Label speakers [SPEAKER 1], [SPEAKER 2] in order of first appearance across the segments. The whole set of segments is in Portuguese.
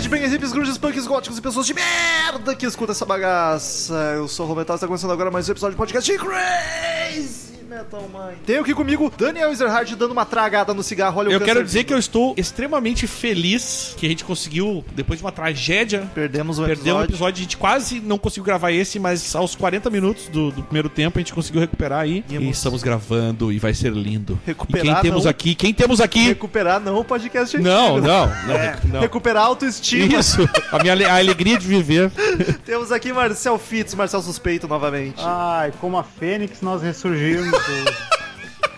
[SPEAKER 1] headbangers, hips, grunges, punks, góticos e pessoas de merda que escuta essa bagaça. Eu sou o Roberto, está começando agora mais um episódio de podcast de Crazy Metal Mind. Tenho aqui comigo Daniel Ezerhard dando uma tragada no cigarro. Olha o
[SPEAKER 2] Eu
[SPEAKER 1] câncer
[SPEAKER 2] quero dizer
[SPEAKER 1] vivo.
[SPEAKER 2] que eu estou extremamente feliz que a gente conseguiu, depois de uma tragédia,
[SPEAKER 1] Perdemos um
[SPEAKER 2] perder um
[SPEAKER 1] episódio.
[SPEAKER 2] episódio. A gente quase não conseguiu gravar esse, mas aos 40 minutos do, do primeiro tempo a gente conseguiu recuperar aí. E
[SPEAKER 1] Vimos.
[SPEAKER 2] estamos gravando e vai ser lindo.
[SPEAKER 1] Recuperar,
[SPEAKER 2] e quem temos
[SPEAKER 1] não.
[SPEAKER 2] aqui? Quem temos aqui?
[SPEAKER 1] Recuperar não o podcast
[SPEAKER 2] Não,
[SPEAKER 1] antigo.
[SPEAKER 2] não, não, não.
[SPEAKER 1] É, Recuperar a autoestima.
[SPEAKER 2] Isso, a minha ale- a alegria de viver.
[SPEAKER 1] Temos aqui Marcel Fitz, Marcel Suspeito novamente.
[SPEAKER 2] Ah,
[SPEAKER 3] Ai, como a Fênix nós ressurgimos do-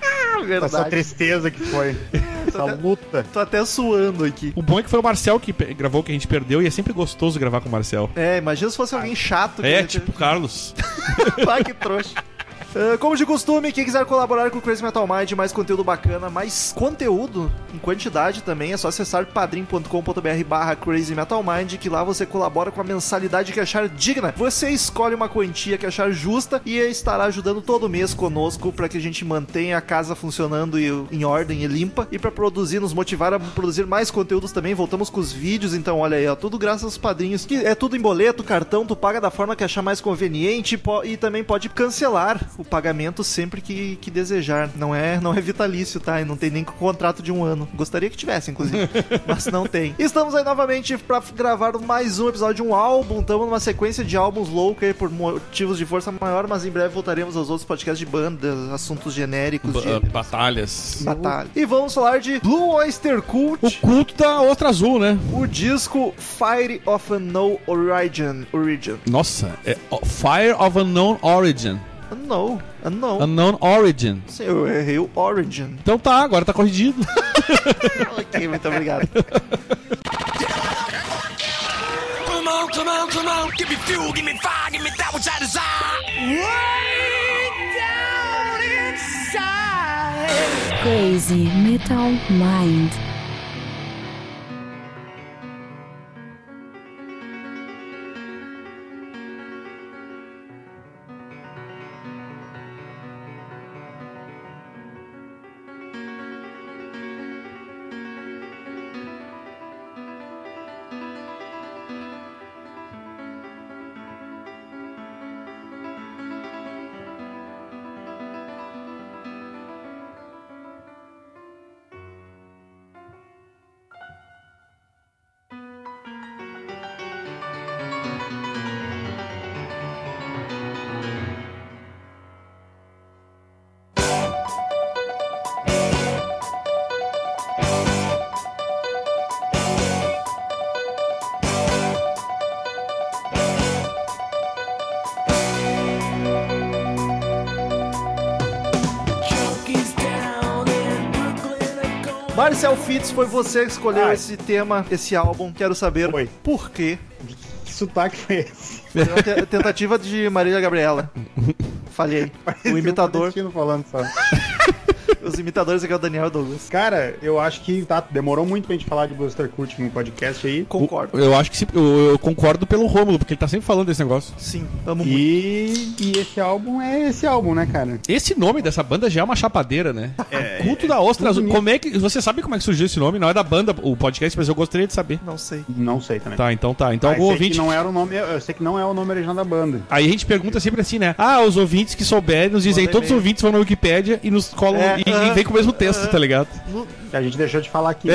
[SPEAKER 1] Ah,
[SPEAKER 3] dessa tristeza que foi. Essa luta.
[SPEAKER 1] Tô até suando aqui.
[SPEAKER 2] O bom é que foi o Marcel que pe- gravou o que a gente perdeu e é sempre gostoso gravar com o Marcel.
[SPEAKER 1] É, imagina se fosse alguém chato. que
[SPEAKER 2] É,
[SPEAKER 1] ele-
[SPEAKER 2] tipo o Carlos.
[SPEAKER 1] Pá, que trouxa. Ah, como de costume, quem quiser colaborar com o Crazy Metal Mind, mais conteúdo bacana, mais conteúdo em quantidade também, é só acessar padrim.com.br barra Crazy Metal Mind, que lá você colabora com a mensalidade que achar digna. Você escolhe uma quantia que achar justa e estará ajudando todo mês conosco para que a gente mantenha a casa funcionando e, em ordem e limpa. E para produzir, nos motivar a produzir mais conteúdos também, voltamos com os vídeos, então olha aí, ó, tudo graças aos padrinhos, que é tudo em boleto, cartão, tu paga da forma que achar mais conveniente po- e também pode cancelar o pagamento sempre que, que desejar. Não é, não é vitalício, tá? E não tem nem contrato de um ano. Gostaria que tivesse, inclusive, mas não tem. Estamos aí novamente para gravar mais um episódio de um álbum. Estamos numa sequência de álbuns louca aí por motivos de força maior, mas em breve voltaremos aos outros podcasts de bandas, assuntos genéricos,
[SPEAKER 2] Ba- ah.
[SPEAKER 1] de
[SPEAKER 2] Batalhas.
[SPEAKER 1] batalha. E vamos falar de Blue Oyster Cult.
[SPEAKER 2] O culto da outra azul, né?
[SPEAKER 1] O disco Fire of a No Origin. Origin.
[SPEAKER 2] Nossa, é o- Fire of Unknown Origin.
[SPEAKER 1] No, no.
[SPEAKER 2] Unknown Origin.
[SPEAKER 1] Sim, eu errei o Origin.
[SPEAKER 2] Então tá, agora tá corrigido.
[SPEAKER 1] ok, muito obrigado.
[SPEAKER 4] Come on, come on, come on. Give me fuel, give me fire, give me that which I desire.
[SPEAKER 5] Crazy Metal Mind.
[SPEAKER 1] Marcel Fitz, foi você que escolheu
[SPEAKER 3] Ai.
[SPEAKER 1] esse tema, esse álbum. Quero saber
[SPEAKER 3] Foi.
[SPEAKER 1] por quê.
[SPEAKER 3] Que sotaque foi esse?
[SPEAKER 1] Foi uma te- tentativa de Marília Gabriela. Falhei.
[SPEAKER 3] Parecia
[SPEAKER 1] O
[SPEAKER 3] um
[SPEAKER 1] imitador,
[SPEAKER 3] nordestino falando só.
[SPEAKER 1] os imitadores aqui é o Daniel Douglas.
[SPEAKER 3] Cara, eu acho que tá, demorou muito pra gente falar de Buster Cult no podcast aí.
[SPEAKER 1] Concordo.
[SPEAKER 2] Eu acho que se- eu, eu concordo pelo Rômulo, porque ele tá sempre falando desse negócio.
[SPEAKER 1] Sim, amo muito.
[SPEAKER 3] E, e esse álbum é esse álbum, né, cara?
[SPEAKER 2] Esse nome dessa banda já é uma chapadeira, né?
[SPEAKER 1] é,
[SPEAKER 2] culto da Ostra Azul. Como é que. Você sabe como é que surgiu esse nome? Não é da banda, o podcast, mas eu gostaria de saber.
[SPEAKER 1] Não sei.
[SPEAKER 3] Não sei também.
[SPEAKER 2] Tá, então tá. Então
[SPEAKER 1] é
[SPEAKER 3] Ah,
[SPEAKER 2] algum
[SPEAKER 3] sei
[SPEAKER 2] ouvinte.
[SPEAKER 3] que não era o nome, eu sei que não é o nome original da banda.
[SPEAKER 2] Aí a gente pergunta sempre assim, né? Ah, os ouvintes que souberem nos dizem,
[SPEAKER 1] Manda
[SPEAKER 2] todos os
[SPEAKER 1] e-mail.
[SPEAKER 2] ouvintes vão na Wikipédia e nos colam
[SPEAKER 1] É,
[SPEAKER 2] e,
[SPEAKER 1] aham,
[SPEAKER 2] e vem com o mesmo texto, tá ligado?
[SPEAKER 1] No-
[SPEAKER 3] A gente deixou de falar aqui.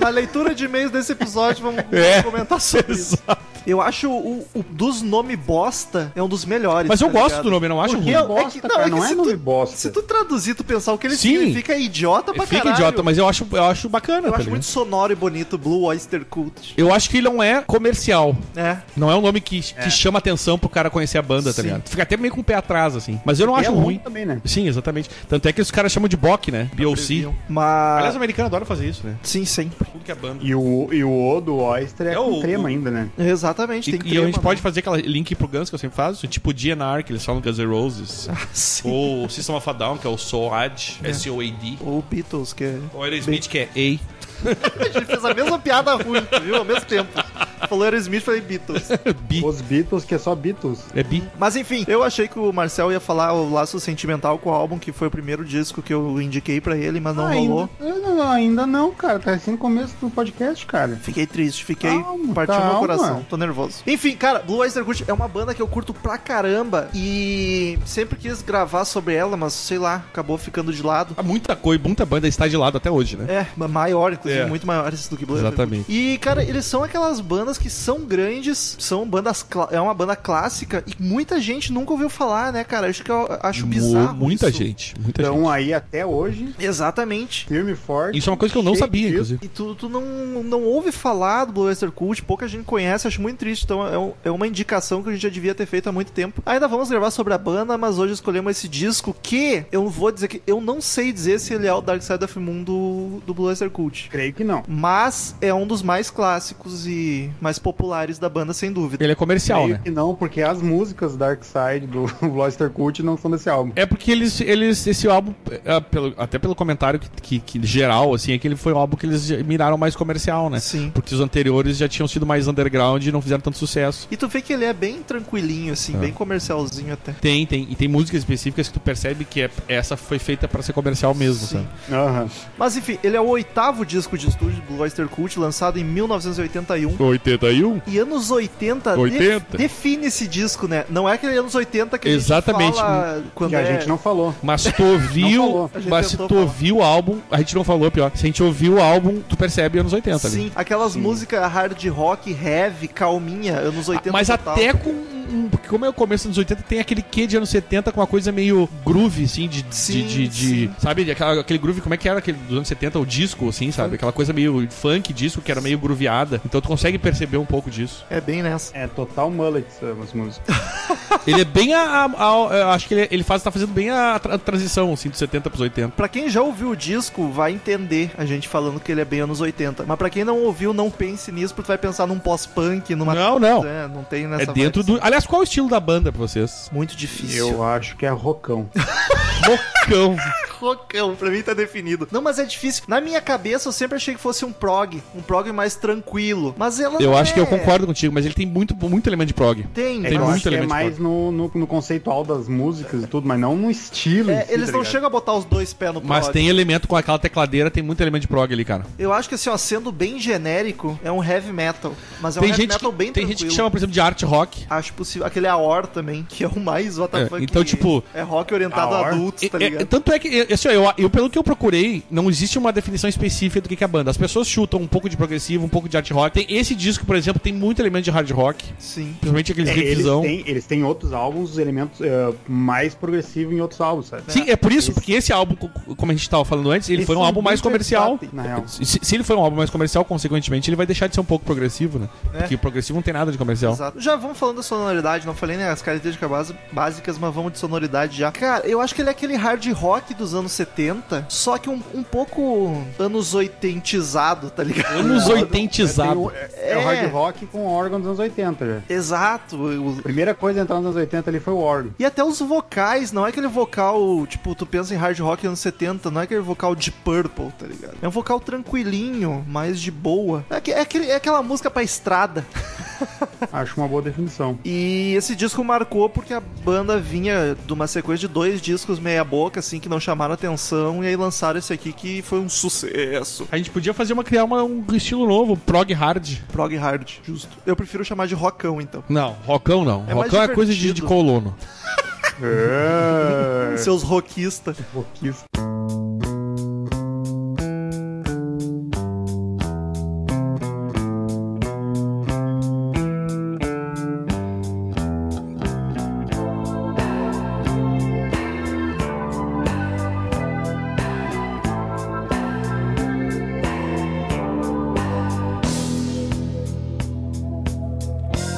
[SPEAKER 1] na leitura de e-mails desse episódio, vamos
[SPEAKER 2] É.
[SPEAKER 1] comentar sobre isso.
[SPEAKER 2] Exato.
[SPEAKER 1] Eu acho o, o dos nome bosta é um dos melhores.
[SPEAKER 2] Mas eu
[SPEAKER 1] tá
[SPEAKER 2] gosto
[SPEAKER 1] ligado?
[SPEAKER 2] do nome, eu não acho
[SPEAKER 3] Porque
[SPEAKER 2] ruim.
[SPEAKER 3] é bosta,
[SPEAKER 1] é que- não,
[SPEAKER 3] cara,
[SPEAKER 1] é que
[SPEAKER 3] não é
[SPEAKER 1] se
[SPEAKER 3] nome
[SPEAKER 1] tu-
[SPEAKER 3] bosta.
[SPEAKER 1] Se tu traduzir, tu pensar o que ele
[SPEAKER 2] Sim.
[SPEAKER 1] significa, é idiota pra
[SPEAKER 2] Fica
[SPEAKER 1] caralho.
[SPEAKER 2] idiota, mas eu acho, eu acho bacana,
[SPEAKER 1] Eu
[SPEAKER 2] tá
[SPEAKER 1] acho
[SPEAKER 2] ligado?
[SPEAKER 1] muito sonoro e bonito Blue Oyster Cult.
[SPEAKER 2] Eu acho que ele não é comercial.
[SPEAKER 1] É.
[SPEAKER 2] Não é um nome que, que chama atenção pro cara conhecer a banda, tá
[SPEAKER 1] Sim. um
[SPEAKER 2] ligado? Fica até meio com o pé atrás, assim. Mas eu não
[SPEAKER 3] E
[SPEAKER 2] acho
[SPEAKER 3] é longo
[SPEAKER 2] ruim.
[SPEAKER 3] também, né?
[SPEAKER 2] Sim, exatamente. Tanto é que os caras chamam de BOC,
[SPEAKER 1] Tá
[SPEAKER 2] né?
[SPEAKER 1] um
[SPEAKER 2] BOC. Aliás,
[SPEAKER 1] Mas.
[SPEAKER 2] o americano adora fazer isso, né?
[SPEAKER 1] Sim, sempre.
[SPEAKER 2] Tudo que é banda.
[SPEAKER 3] E o, e o O do Oyster é,
[SPEAKER 2] É
[SPEAKER 3] com
[SPEAKER 2] o-
[SPEAKER 3] trema
[SPEAKER 2] o-
[SPEAKER 3] ainda, né?
[SPEAKER 1] Exatamente,
[SPEAKER 2] E,
[SPEAKER 1] tem que
[SPEAKER 2] e a gente
[SPEAKER 1] mano.
[SPEAKER 2] pode fazer aquela link pro Guns que eu sempre faço, tipo DNR, que eles falam Guns N' Roses.
[SPEAKER 1] Ah, Sim.
[SPEAKER 2] ou System of a Down, que é o SOAD,
[SPEAKER 1] É.
[SPEAKER 2] S-O-A-D.
[SPEAKER 1] Ou Beatles, que é.
[SPEAKER 2] Ou Aerosmith, que é A.
[SPEAKER 1] A gente fez a mesma piada ruim, viu? Ao mesmo tempo. Falou Aerosmith, falei Beatles.
[SPEAKER 2] Bi.
[SPEAKER 3] Os Beatles, que é só Beatles.
[SPEAKER 2] É bi.
[SPEAKER 1] Mas enfim, eu achei que o Marcel ia falar o laço sentimental com o álbum, que foi o primeiro disco que eu indiquei pra ele, mas não rolou.
[SPEAKER 3] ainda, É, não, ainda não, cara. Tá assim no começo do podcast, cara.
[SPEAKER 1] Fiquei triste, fiquei.
[SPEAKER 3] Calma,
[SPEAKER 1] partiu meu
[SPEAKER 3] calma.
[SPEAKER 1] coração, tô nervoso. Enfim, cara, Blue Oyster Cult é uma banda que eu curto pra caramba e sempre quis gravar sobre ela, mas sei lá, acabou ficando de lado.
[SPEAKER 2] Há Ah, muita coisa, muita banda está de lado até hoje, né?
[SPEAKER 1] É, ma- maior, inclusive,
[SPEAKER 2] É.
[SPEAKER 1] muito maiores do que Blue Oyster
[SPEAKER 2] Exatamente.
[SPEAKER 1] Cult. E, cara, eles são aquelas bandas que são grandes, são bandas. cla- É uma banda clássica e muita gente nunca ouviu falar, né, cara? Eu acho que eu acho
[SPEAKER 2] Mu-
[SPEAKER 1] bizarro.
[SPEAKER 2] Muita
[SPEAKER 1] isso.
[SPEAKER 2] gente, muita gente.
[SPEAKER 3] Então aí até hoje,
[SPEAKER 1] Exatamente.
[SPEAKER 3] firme e forte.
[SPEAKER 2] Isso é uma coisa que eu não
[SPEAKER 3] cheio
[SPEAKER 2] sabia,
[SPEAKER 3] de-
[SPEAKER 2] inclusive.
[SPEAKER 1] E tu, tu não, não ouve falar do Blue Oyster Cult, pouca gente conhece, acho muito triste. Então é, um- é uma indicação que a gente já devia ter feito há muito tempo. Ainda vamos gravar sobre a banda, mas hoje escolhemos esse disco que eu vou dizer que eu não sei dizer se ele é o Dark Side of the Moon do, do Blue Oyster Cult.
[SPEAKER 3] Creio que não.
[SPEAKER 1] Mas é um dos mais clássicos e mais populares da banda, sem dúvida.
[SPEAKER 2] Ele é comercial,
[SPEAKER 3] Creio
[SPEAKER 2] né?
[SPEAKER 3] que não, porque as músicas Dark Side do Loster Cult não são desse álbum.
[SPEAKER 2] É porque eles, eles esse álbum, é, pelo- até pelo comentário que, que- que geral, assim, é que ele foi um álbum que eles miraram mais comercial, né?
[SPEAKER 1] Sim.
[SPEAKER 2] Porque os anteriores já tinham sido mais underground e não fizeram tanto sucesso.
[SPEAKER 1] E tu vê que ele é bem tranquilinho, assim, bem comercialzinho até.
[SPEAKER 2] Tem, tem. E tem músicas específicas que tu percebe que é- essa foi feita pra ser comercial mesmo,
[SPEAKER 1] Sim.
[SPEAKER 2] sabe?
[SPEAKER 3] Aham.
[SPEAKER 1] Mas enfim, ele é o oitavo disco de estúdio do Blue Oyster Cult, lançado em 1981.
[SPEAKER 2] 81?
[SPEAKER 1] E anos 80,
[SPEAKER 2] 80?
[SPEAKER 1] de- define esse disco, né? Não é aquele anos 80 que a
[SPEAKER 2] Exatamente.
[SPEAKER 1] gente fala quando
[SPEAKER 3] Que a
[SPEAKER 1] é...
[SPEAKER 3] gente não falou.
[SPEAKER 2] Mas tu ouviu,
[SPEAKER 3] Não
[SPEAKER 1] falou.
[SPEAKER 2] mas se
[SPEAKER 1] A gente tentou
[SPEAKER 2] tu
[SPEAKER 1] falar.
[SPEAKER 2] ouviu o álbum, a gente não falou, pior. Se a gente ouviu o álbum, tu percebe anos 80 ali.
[SPEAKER 1] Sim, aquelas músicas hard rock, heavy, calminha, anos 80
[SPEAKER 2] Mas
[SPEAKER 1] total.
[SPEAKER 2] até com. um- Porque como é o começo dos anos 80, tem aquele quê de anos 70 com uma coisa meio groove, assim, de. de-
[SPEAKER 1] Sim,
[SPEAKER 2] de, de- Sabe? de aquela- aquele groove, como é que era aquele dos anos 70, o disco, assim, sabe? Aquela coisa meio funk disco que era meio grooveada. Então tu consegue perceber um pouco disso.
[SPEAKER 1] É bem nessa.
[SPEAKER 3] É total mullets as músicas.
[SPEAKER 2] ele é bem a. a- a- eu acho que ele, ele faz, tá fazendo bem a, tra- transição, assim, dos 70 pros 80.
[SPEAKER 1] Pra quem já ouviu o disco, vai entender a gente falando que ele é bem anos 80. Mas pra quem não ouviu, não pense nisso, porque tu vai pensar num pós-punk, numa...
[SPEAKER 2] Não, não.
[SPEAKER 1] É, não tem
[SPEAKER 2] É
[SPEAKER 1] nessa...
[SPEAKER 2] dentro
[SPEAKER 1] vibe.
[SPEAKER 2] do. Aliás, qual é o estilo da banda pra vocês?
[SPEAKER 1] Muito difícil.
[SPEAKER 3] Eu acho que é rocão.
[SPEAKER 2] Bocão.
[SPEAKER 1] Rocão, pra mim tá definido. Não, mas é difícil. Na minha cabeça, eu sempre achei que fosse um prog. Um prog mais tranquilo. Mas ela
[SPEAKER 2] Eu
[SPEAKER 1] não
[SPEAKER 2] acho que eu
[SPEAKER 1] é.
[SPEAKER 2] concordo contigo, mas ele tem muito, muito elemento de prog.
[SPEAKER 1] Tem,
[SPEAKER 2] Tem
[SPEAKER 3] É, que eu
[SPEAKER 2] muito
[SPEAKER 3] acho que é
[SPEAKER 2] elemento
[SPEAKER 3] mais no, no, no conceitual das músicas e tudo, mas não no estilo. em
[SPEAKER 1] É,
[SPEAKER 3] si,
[SPEAKER 1] eles
[SPEAKER 3] tá
[SPEAKER 1] não
[SPEAKER 3] ligado?
[SPEAKER 1] chegam a botar os dois pés no
[SPEAKER 2] Mas
[SPEAKER 1] prog.
[SPEAKER 2] tem elemento com aquela tecladeira, tem muito elemento de prog ali, cara.
[SPEAKER 1] Eu acho que assim, ó, sendo bem genérico, é um heavy metal. Mas é um
[SPEAKER 2] tem
[SPEAKER 1] heavy
[SPEAKER 2] gente,
[SPEAKER 1] metal
[SPEAKER 2] que,
[SPEAKER 1] bem
[SPEAKER 2] tem gente
[SPEAKER 1] tranquilo.
[SPEAKER 2] que chama, por exemplo, de art rock.
[SPEAKER 1] Acho possível. Aquele AOR também, que é o mais
[SPEAKER 2] É,
[SPEAKER 1] WTF.
[SPEAKER 2] então,
[SPEAKER 1] que
[SPEAKER 2] tipo,
[SPEAKER 1] É rock orientado a
[SPEAKER 3] AOR?
[SPEAKER 1] adultos, tá
[SPEAKER 2] É- é-
[SPEAKER 1] ligado?
[SPEAKER 2] tanto é que, é, assim, ó, eu, eu, pelo que eu procurei, não existe uma definição específica do que que é a banda. As pessoas chutam um pouco de progressivo, um pouco de art rock. Tem- esse disco, por exemplo, tem muito elemento de hard rock,
[SPEAKER 1] Sim.
[SPEAKER 2] principalmente aqueles
[SPEAKER 3] É, eles,
[SPEAKER 2] riffzão.
[SPEAKER 3] têm, eles têm outros álbuns, elementos eh, mais progressivos em outros álbuns, sabe?
[SPEAKER 2] Sim, é por isso, porque esse álbum, co- como a gente tava falando antes, ele
[SPEAKER 3] Eles
[SPEAKER 2] foi um
[SPEAKER 3] são
[SPEAKER 2] álbum mais
[SPEAKER 3] muito
[SPEAKER 2] comercial.
[SPEAKER 3] versáteis, na real.
[SPEAKER 2] Se, se ele for um álbum mais comercial, consequentemente, ele vai deixar de ser um pouco progressivo, né?
[SPEAKER 1] É.
[SPEAKER 2] Porque progressivo não tem nada de comercial.
[SPEAKER 1] Exato. Já vamos falando da sonoridade, não falei né, as características basi- básicas, mas vamos de sonoridade já. Cara, eu acho que ele é aquele hard rock dos anos 70, só que um, um pouco anos oitentizado, tá ligado?
[SPEAKER 2] Anos oitentizado.
[SPEAKER 3] É, tem o- é- é o
[SPEAKER 1] É.
[SPEAKER 3] hard rock com órgão dos anos 80, já.
[SPEAKER 1] Exato. o-
[SPEAKER 3] A primeira coisa a entrar nos anos 80 ali foi o órgão.
[SPEAKER 1] E até os vocais, não é aquele vocal, tipo, tu pensa em hard rock anos 70, não é aquele vocal de Purple, tá ligado? É um vocal tranquilinho, mais de boa. É, que- é aquele- é aquela música pra estrada.
[SPEAKER 3] Acho uma boa definição.
[SPEAKER 1] E esse disco marcou porque a banda vinha de uma sequência de dois discos meia boca, assim, que não chamaram atenção, e aí lançaram esse aqui que foi um sucesso.
[SPEAKER 2] A gente podia fazer uma criar uma- um estilo novo, prog hard.
[SPEAKER 1] Prog hard, justo. Eu prefiro chamar de rockão, então.
[SPEAKER 2] Não, rockão não.
[SPEAKER 1] É mais
[SPEAKER 2] rockão é coisa de, de
[SPEAKER 1] divertido.
[SPEAKER 2] colono.
[SPEAKER 3] É,
[SPEAKER 1] Seus rockistas.
[SPEAKER 3] pouquíssimo.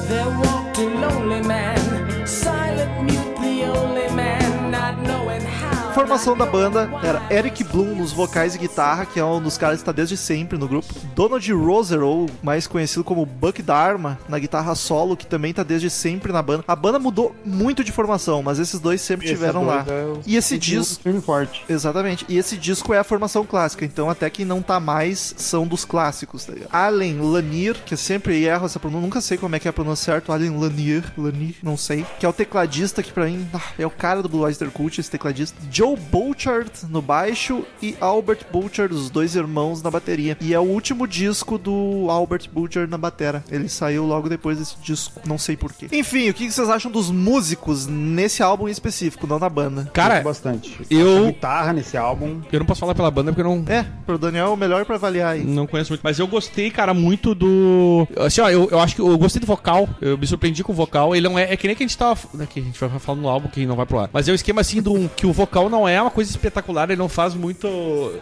[SPEAKER 6] There walked a lonely man, silent, mute, the only man, not knowing how.
[SPEAKER 1] formação da banda era Eric Bloom nos vocais e guitarra, que é um dos caras que está desde sempre no grupo. Donald Roserow, mais conhecido como Buck Dharma, na guitarra solo, que também tá desde sempre na banda. A banda mudou muito de formação, mas esses dois sempre estiveram lá.
[SPEAKER 3] é
[SPEAKER 1] E esse disco,
[SPEAKER 3] Filme forte.
[SPEAKER 1] Exatamente. E esse disco é a formação clássica, então até quem não tá mais são dos clássicos, tá ligado? Allen Lanier, que eu sempre erro essa pronúncia, nunca sei como é que é a pronúncia certo, Allen Lanier, Lanier, não sei, que é o tecladista que pra mim ah, é o cara do Blue Oyster Cult, esse tecladista. Joe Bouchard no baixo e Albert Bouchard, os dois irmãos na bateria. E é o último disco do Albert Bouchard na batera. Ele saiu logo depois desse disco, não sei porquê. Enfim, o que que vocês acham dos músicos nesse álbum em específico, não na banda?
[SPEAKER 2] Cara,
[SPEAKER 3] Gosto bastante.
[SPEAKER 2] eu-
[SPEAKER 3] A guitarra nesse álbum.
[SPEAKER 2] eu não posso falar pela banda porque eu não.
[SPEAKER 1] É, pro Daniel é o melhor pra avaliar aí.
[SPEAKER 2] Não conheço muito, mas eu gostei, cara, muito do. Assim, ó, eu, eu acho que eu gostei do vocal. Eu me surpreendi com o vocal. Ele não é. É que nem que a gente tava. né, que a gente vai falando no álbum que não vai pro ar. Mas é um esquema assim do, que o vocal não é uma coisa espetacular. Ele não faz muito.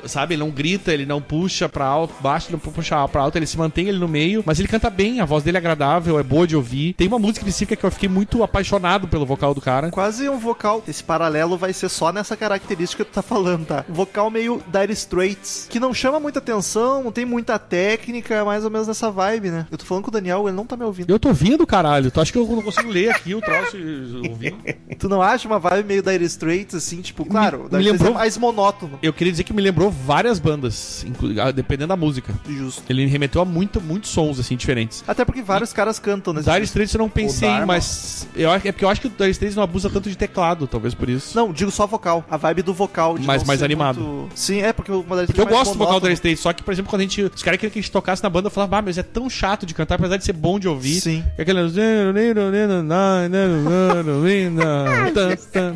[SPEAKER 2] Sabe? Ele não grita, ele não puxa pra alto, baixo, ele não puxa pra alto. Ele se mantém ele no meio. Mas ele canta bem, a voz dele é agradável, é boa de ouvir. Tem uma música específica que eu fiquei muito apaixonado pelo vocal do cara.
[SPEAKER 1] Quase um vocal. Esse paralelo vai ser só nessa característica que tu tá falando, tá? Um vocal meio Dire Straits, que não chama muita atenção, não tem muita técnica, é mais ou menos nessa vibe, né? Eu tô falando com o Daniel, ele não tá me ouvindo.
[SPEAKER 2] Eu tô ouvindo, caralho. Tu acha que eu não consigo ler aqui o troço e ouvindo?
[SPEAKER 1] Tu não acha uma vibe meio Dire Straits, assim, tipo, claro,
[SPEAKER 2] me
[SPEAKER 1] Dire Straits
[SPEAKER 2] lembrou-
[SPEAKER 1] é mais monótono.
[SPEAKER 2] Eu queria dizer que me lembrou várias bandas, inclu- ah, dependendo da música.
[SPEAKER 1] Justo.
[SPEAKER 2] Ele remeteu a muito, muitos sons, assim, diferentes.
[SPEAKER 1] Até porque vários caras cantam né? Tipo, nesse
[SPEAKER 2] Dire
[SPEAKER 1] disco.
[SPEAKER 2] Straits eu não pensei,
[SPEAKER 3] Dharma.
[SPEAKER 2] mas... Eu, acho- é porque eu acho que o Dire Straits não abusa tanto de teclado, talvez por isso.
[SPEAKER 1] Não, digo só vocal. A vibe do vocal. de
[SPEAKER 2] Mas
[SPEAKER 1] não
[SPEAKER 2] mais
[SPEAKER 1] ser
[SPEAKER 2] animado.
[SPEAKER 1] muito- Sim, é porque o Dire
[SPEAKER 2] Porque
[SPEAKER 1] Straits é
[SPEAKER 2] eu
[SPEAKER 1] mais
[SPEAKER 2] gosto do vocal do
[SPEAKER 1] monótono.
[SPEAKER 2] Dire Straits, só que, por exemplo, quando a gente... Os caras queriam que a gente tocasse na banda, eu falava, ah, mas é tão chato de cantar, apesar de ser bom de ouvir.
[SPEAKER 1] Sim.
[SPEAKER 2] É aquele...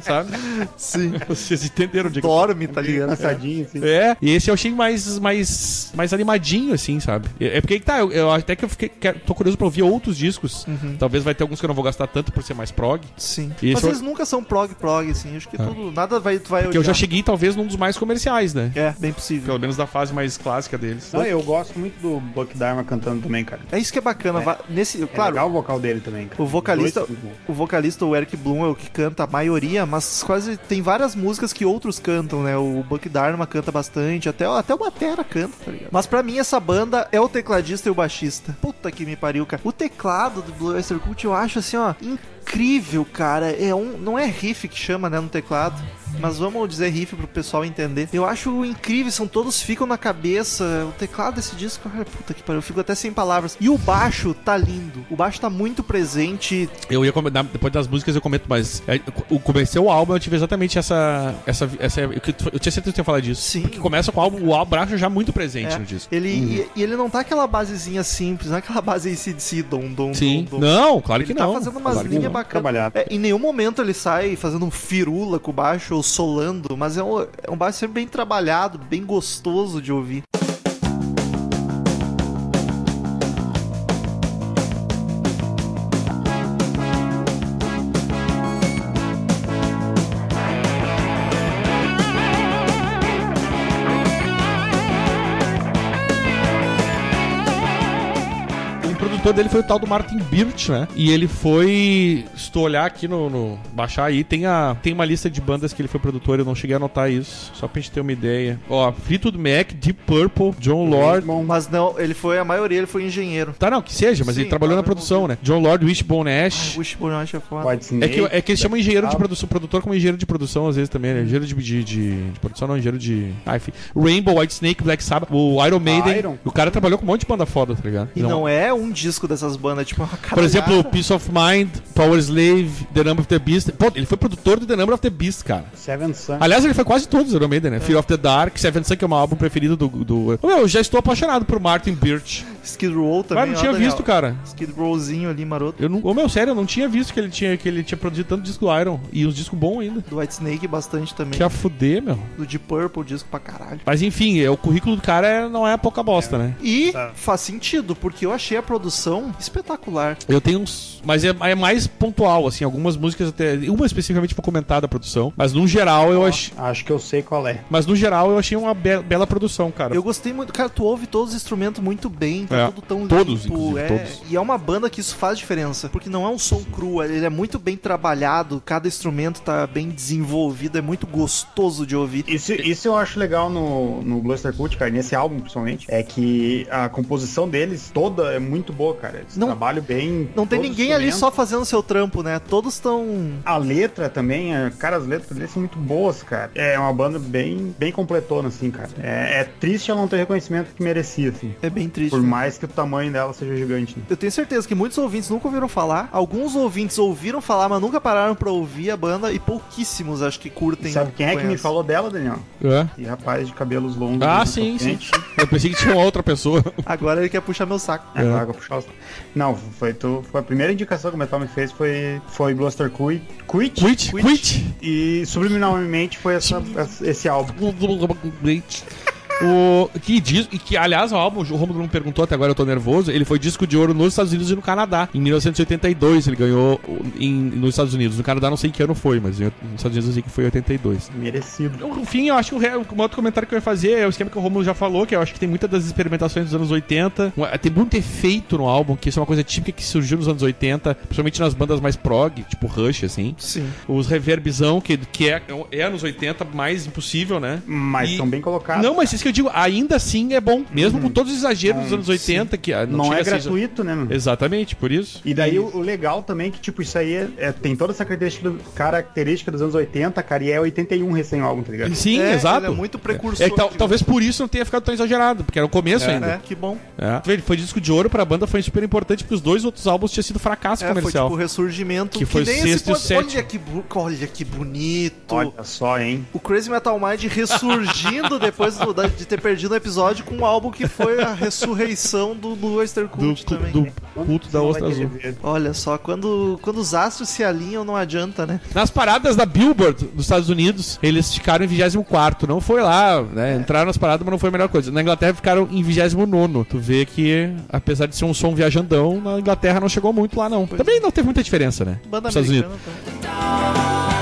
[SPEAKER 2] Sabe?
[SPEAKER 1] Sim.
[SPEAKER 2] Vocês entenderam de que...
[SPEAKER 1] Dorme, tá ligado?
[SPEAKER 3] Engraçadinho, assim.
[SPEAKER 2] É, e esse eu achei mais, mais, mais animadinho, assim, sabe? É é porque que tá, eu, eu até que eu fiquei, quero- tô curioso pra ouvir outros discos. Talvez vai ter alguns que eu não vou gastar tanto por ser mais prog.
[SPEAKER 1] Sim.
[SPEAKER 2] E
[SPEAKER 1] Mas
[SPEAKER 2] isso- Ah.
[SPEAKER 1] eles nunca são prog, prog, assim. Acho que tudo. Nada vai, tu vai
[SPEAKER 2] Porque eu já
[SPEAKER 1] odiar.
[SPEAKER 2] cheguei, talvez, num dos mais comerciais, né?
[SPEAKER 1] É, bem possível.
[SPEAKER 2] Pelo menos da fase mais clássica deles.
[SPEAKER 3] Não, eu gosto muito do Buck Dharma cantando também, cara.
[SPEAKER 1] É isso que é bacana. va- Nesse,
[SPEAKER 3] É
[SPEAKER 1] claro,
[SPEAKER 3] legal o vocal dele também, cara.
[SPEAKER 1] o vocalista,
[SPEAKER 3] Dois, tipo,
[SPEAKER 1] o vocalista, o Eric Bloom é o que canta a maioria, mas quase tem várias músicas que outros cantam, né? O Buck Dharma canta bastante, até até o Batera canta, tá ligado? Mas pra mim essa banda é o tecladista e o baixista. Puta que me pariu, cara. O teclado do Blue Oyster Cult eu acho assim, ó, incrível, cara. É um, não é riff que chama, né, no teclado. Mas vamos dizer riff pro pessoal entender. Eu acho incrível, são todos ficam na cabeça. O teclado desse disco, cara, puta que pariu, eu fico até sem palavras. E o baixo tá lindo. O baixo tá muito presente,
[SPEAKER 2] Eu ia comentar, depois das músicas eu comento, mas é, eu comecei o álbum, eu tive exatamente essa. essa, essa eu, que- eu tinha certeza que eu ia falar disso.
[SPEAKER 1] Sim.
[SPEAKER 2] Porque começa com o álbum, o abraço já muito presente
[SPEAKER 1] É,
[SPEAKER 2] no disco.
[SPEAKER 1] Ele, e, e ele não tá aquela basezinha simples, não é aquela base ACDC, dom, dom,
[SPEAKER 2] Sim.
[SPEAKER 1] dom, dom.
[SPEAKER 2] Não, claro
[SPEAKER 1] Ele
[SPEAKER 2] que
[SPEAKER 1] tá
[SPEAKER 2] não.
[SPEAKER 1] fazendo umas
[SPEAKER 2] Claro que
[SPEAKER 1] linhas
[SPEAKER 2] não.
[SPEAKER 1] bacanas.
[SPEAKER 3] trabalhado.
[SPEAKER 1] É, em nenhum momento ele sai fazendo um firula com o baixo ou solando, mas é um, é um baixo sempre bem trabalhado, bem gostoso de ouvir.
[SPEAKER 2] O produtor dele foi o tal do Martin Birch, né? E ele foi. Se tu olhar aqui no. no- baixar aí, tem, a, tem uma lista de bandas que ele foi produtor, eu não cheguei a anotar isso. Só pra gente ter uma ideia. Ó, Fleetwood Mac, Deep Purple, John Lord.
[SPEAKER 3] Bom,
[SPEAKER 1] Mas não, ele foi, a maioria ele foi engenheiro.
[SPEAKER 2] Tá, não, que seja, mas
[SPEAKER 1] Sim, tá,
[SPEAKER 2] ele trabalhou na
[SPEAKER 1] tava
[SPEAKER 2] produção, né? John Lord, Wishbone Ash.
[SPEAKER 1] O Wishbone Ash tá. é foda.
[SPEAKER 3] White
[SPEAKER 2] É
[SPEAKER 3] Snake,
[SPEAKER 2] que, é que eles chamam engenheiro de
[SPEAKER 3] Sabe?
[SPEAKER 2] produção, produtor como engenheiro de produção, às vezes também, né? Engenheiro de, de, de- de produção, não, engenheiro de. Ah, enfim. Rainbow, White Snake, Black Sabbath, o Iron Maiden.
[SPEAKER 3] Iron.
[SPEAKER 2] O cara trabalhou com um monte de banda foda, tá ligado?
[SPEAKER 1] Ah, E não é um disco dessas bandas, é tipo uma
[SPEAKER 2] Por exemplo,
[SPEAKER 1] caralhada.
[SPEAKER 2] Peace of Mind, Power Slave, The Number of the Beast. Pô, ele foi produtor do The Number of the Beast, cara.
[SPEAKER 3] Seven Sun.
[SPEAKER 2] Aliás, ele foi quase todos Iron Maiden, né? Fear of the Dark, Seven Sun, que é o meu álbum preferido do... do... Ô, meu, eu já estou apaixonado por Martin Birch.
[SPEAKER 1] Skid Row também.
[SPEAKER 2] Mas não
[SPEAKER 1] ó,
[SPEAKER 2] tinha
[SPEAKER 1] Daniel.
[SPEAKER 2] visto, cara.
[SPEAKER 1] Skid Rowzinho ali, maroto.
[SPEAKER 2] Eu não... Ô, meu, sério, eu não tinha visto que ele tinha, que ele tinha produzido tanto disco do Iron. E uns discos bons ainda.
[SPEAKER 1] Do White Snake bastante também.
[SPEAKER 2] Que a fuder, meu.
[SPEAKER 1] Do Deep Purple, disco pra caralho.
[SPEAKER 2] Mas enfim, é, o currículo do cara é- não é pouca bosta, né?
[SPEAKER 1] E
[SPEAKER 3] Tá.
[SPEAKER 1] faz sentido, porque eu achei a produção espetacular.
[SPEAKER 2] Eu tenho uns. Mas é, é mais pontual, assim. Algumas músicas até. Uma especificamente foi comentada a produção. Mas no geral eu achei.
[SPEAKER 3] Acho que eu sei qual é.
[SPEAKER 2] Mas no geral eu achei uma be- bela produção, cara.
[SPEAKER 1] Eu gostei muito. Cara, tu ouve todos os instrumentos muito bem. tá
[SPEAKER 2] É.
[SPEAKER 1] tudo tão
[SPEAKER 2] Todos,
[SPEAKER 1] limpo.
[SPEAKER 2] inclusive,
[SPEAKER 1] É...
[SPEAKER 2] todos.
[SPEAKER 1] E é uma banda que isso faz diferença, porque não é um som cru, ele é muito bem trabalhado, cada instrumento tá bem desenvolvido, é muito gostoso de ouvir.
[SPEAKER 3] Isso, isso eu acho legal no, no Bluster Cult, cara, nesse álbum principalmente, é que a composição deles toda é muito boa, cara. Eles
[SPEAKER 1] Não-
[SPEAKER 3] trabalham bem.
[SPEAKER 1] Não tem
[SPEAKER 3] todos os
[SPEAKER 1] ninguém ali
[SPEAKER 3] instrumentos.
[SPEAKER 1] só fazendo seu trampo, né? Todos estão
[SPEAKER 3] A letra também, é- cara, as letras deles são muito boas, cara. É uma banda bem, bem completona, assim, cara. É, é triste ela não ter o reconhecimento que merecia, assim.
[SPEAKER 1] É bem triste.
[SPEAKER 3] Por
[SPEAKER 1] né?
[SPEAKER 3] mais que o tamanho dela seja gigante. né?
[SPEAKER 1] Eu tenho certeza que muitos ouvintes nunca ouviram falar. Alguns ouvintes ouviram falar, mas nunca pararam pra ouvir a banda. E pouquíssimos acho que curtem.
[SPEAKER 3] Sabe quem é que me
[SPEAKER 1] conhecem.
[SPEAKER 3] falou dela, Daniel?
[SPEAKER 2] É.
[SPEAKER 3] E rapaz de cabelos longos.
[SPEAKER 2] Ah,
[SPEAKER 3] né,
[SPEAKER 2] sim, sim.
[SPEAKER 3] potente.
[SPEAKER 2] Eu pensei que tinha uma outra pessoa.
[SPEAKER 1] Agora ele quer puxar meu saco.
[SPEAKER 3] É, agora eu vou puxar os... Não, foi tu. Foi a primeira indicação que o Metal me fez foi, foi Bluster Quit, Quit,
[SPEAKER 2] Quit, quit.
[SPEAKER 3] E subliminalmente foi essa, essa- esse álbum.
[SPEAKER 2] O, que diz, e que aliás o álbum, o Romulo não perguntou até agora, eu tô nervoso. Ele foi disco de ouro nos Estados Unidos e no Canadá. Em 1982 ele ganhou o- em, nos Estados Unidos. No Canadá não sei que ano foi, mas em- nos Estados Unidos eu sei que foi em 82.
[SPEAKER 3] Merecido.
[SPEAKER 2] No fim, eu acho que o re- um outro comentário que eu ia fazer é o esquema que o Romulo já falou, que eu acho que tem muitas das experimentações dos anos 80. Uma- Tem muito efeito no álbum, que isso é uma coisa típica que surgiu nos anos 80, principalmente nas bandas mais prog, tipo Rush, assim.
[SPEAKER 1] Sim.
[SPEAKER 2] Os reverbzão, que, que é, é anos 80, mais impossível, né?
[SPEAKER 3] Mas
[SPEAKER 2] E-
[SPEAKER 3] são bem colocados.
[SPEAKER 2] Não, mas isso que eu digo, ainda assim é bom. Mesmo
[SPEAKER 1] Uhum.
[SPEAKER 2] com todos os exageros dos
[SPEAKER 3] Não,
[SPEAKER 2] anos 80, que ah,
[SPEAKER 3] não,
[SPEAKER 2] chega
[SPEAKER 3] é
[SPEAKER 2] a ser-
[SPEAKER 3] gratuito, né, mano?
[SPEAKER 2] Exatamente, por isso.
[SPEAKER 3] E daí o, o legal também é que, tipo, isso aí é- é- tem toda essa característica, do- característica dos anos 80, cara, e é 81 recém o álbum, tá ligado?
[SPEAKER 2] Sim,
[SPEAKER 1] É,
[SPEAKER 2] exato.
[SPEAKER 1] ele é muito precursor,
[SPEAKER 2] É que tal-
[SPEAKER 1] digamos.
[SPEAKER 2] talvez por isso não tenha ficado tão exagerado, porque era o começo ainda.
[SPEAKER 1] É, que bom.
[SPEAKER 2] É. Tu vê, Ele foi disco de ouro pra banda, foi super importante porque os dois outros álbuns tinham sido fracasso
[SPEAKER 1] É, foi
[SPEAKER 2] comercial.
[SPEAKER 1] tipo o ressurgimento.
[SPEAKER 2] Que foi o sexto e o
[SPEAKER 1] pod- Olha
[SPEAKER 2] sétimo.
[SPEAKER 1] que, bu- olha que bonito.
[SPEAKER 3] Olha só, hein?
[SPEAKER 1] O Crazy Metal Mind ressurgindo depois do- da- de ter perdido o episódio com um álbum que foi a ressurreição do Luester
[SPEAKER 2] do,
[SPEAKER 1] Cult também. né?
[SPEAKER 2] do culto da
[SPEAKER 3] Não
[SPEAKER 2] ostra
[SPEAKER 3] vai querer
[SPEAKER 2] azul.
[SPEAKER 3] ver.
[SPEAKER 1] Olha só, quando, quando os astros se alinham, não adianta, né?
[SPEAKER 2] Nas paradas da Billboard dos Estados Unidos, eles ficaram em 24. Não foi lá,
[SPEAKER 1] É.
[SPEAKER 2] né? Entraram nas paradas, mas não foi a melhor coisa. Na Inglaterra ficaram em 29. Tu vê que, apesar de ser um som viajandão, na Inglaterra não chegou muito lá, não. Também não teve muita diferença, né?
[SPEAKER 1] é. Banda
[SPEAKER 2] Nos Estados Unidos.
[SPEAKER 1] americana. Tá.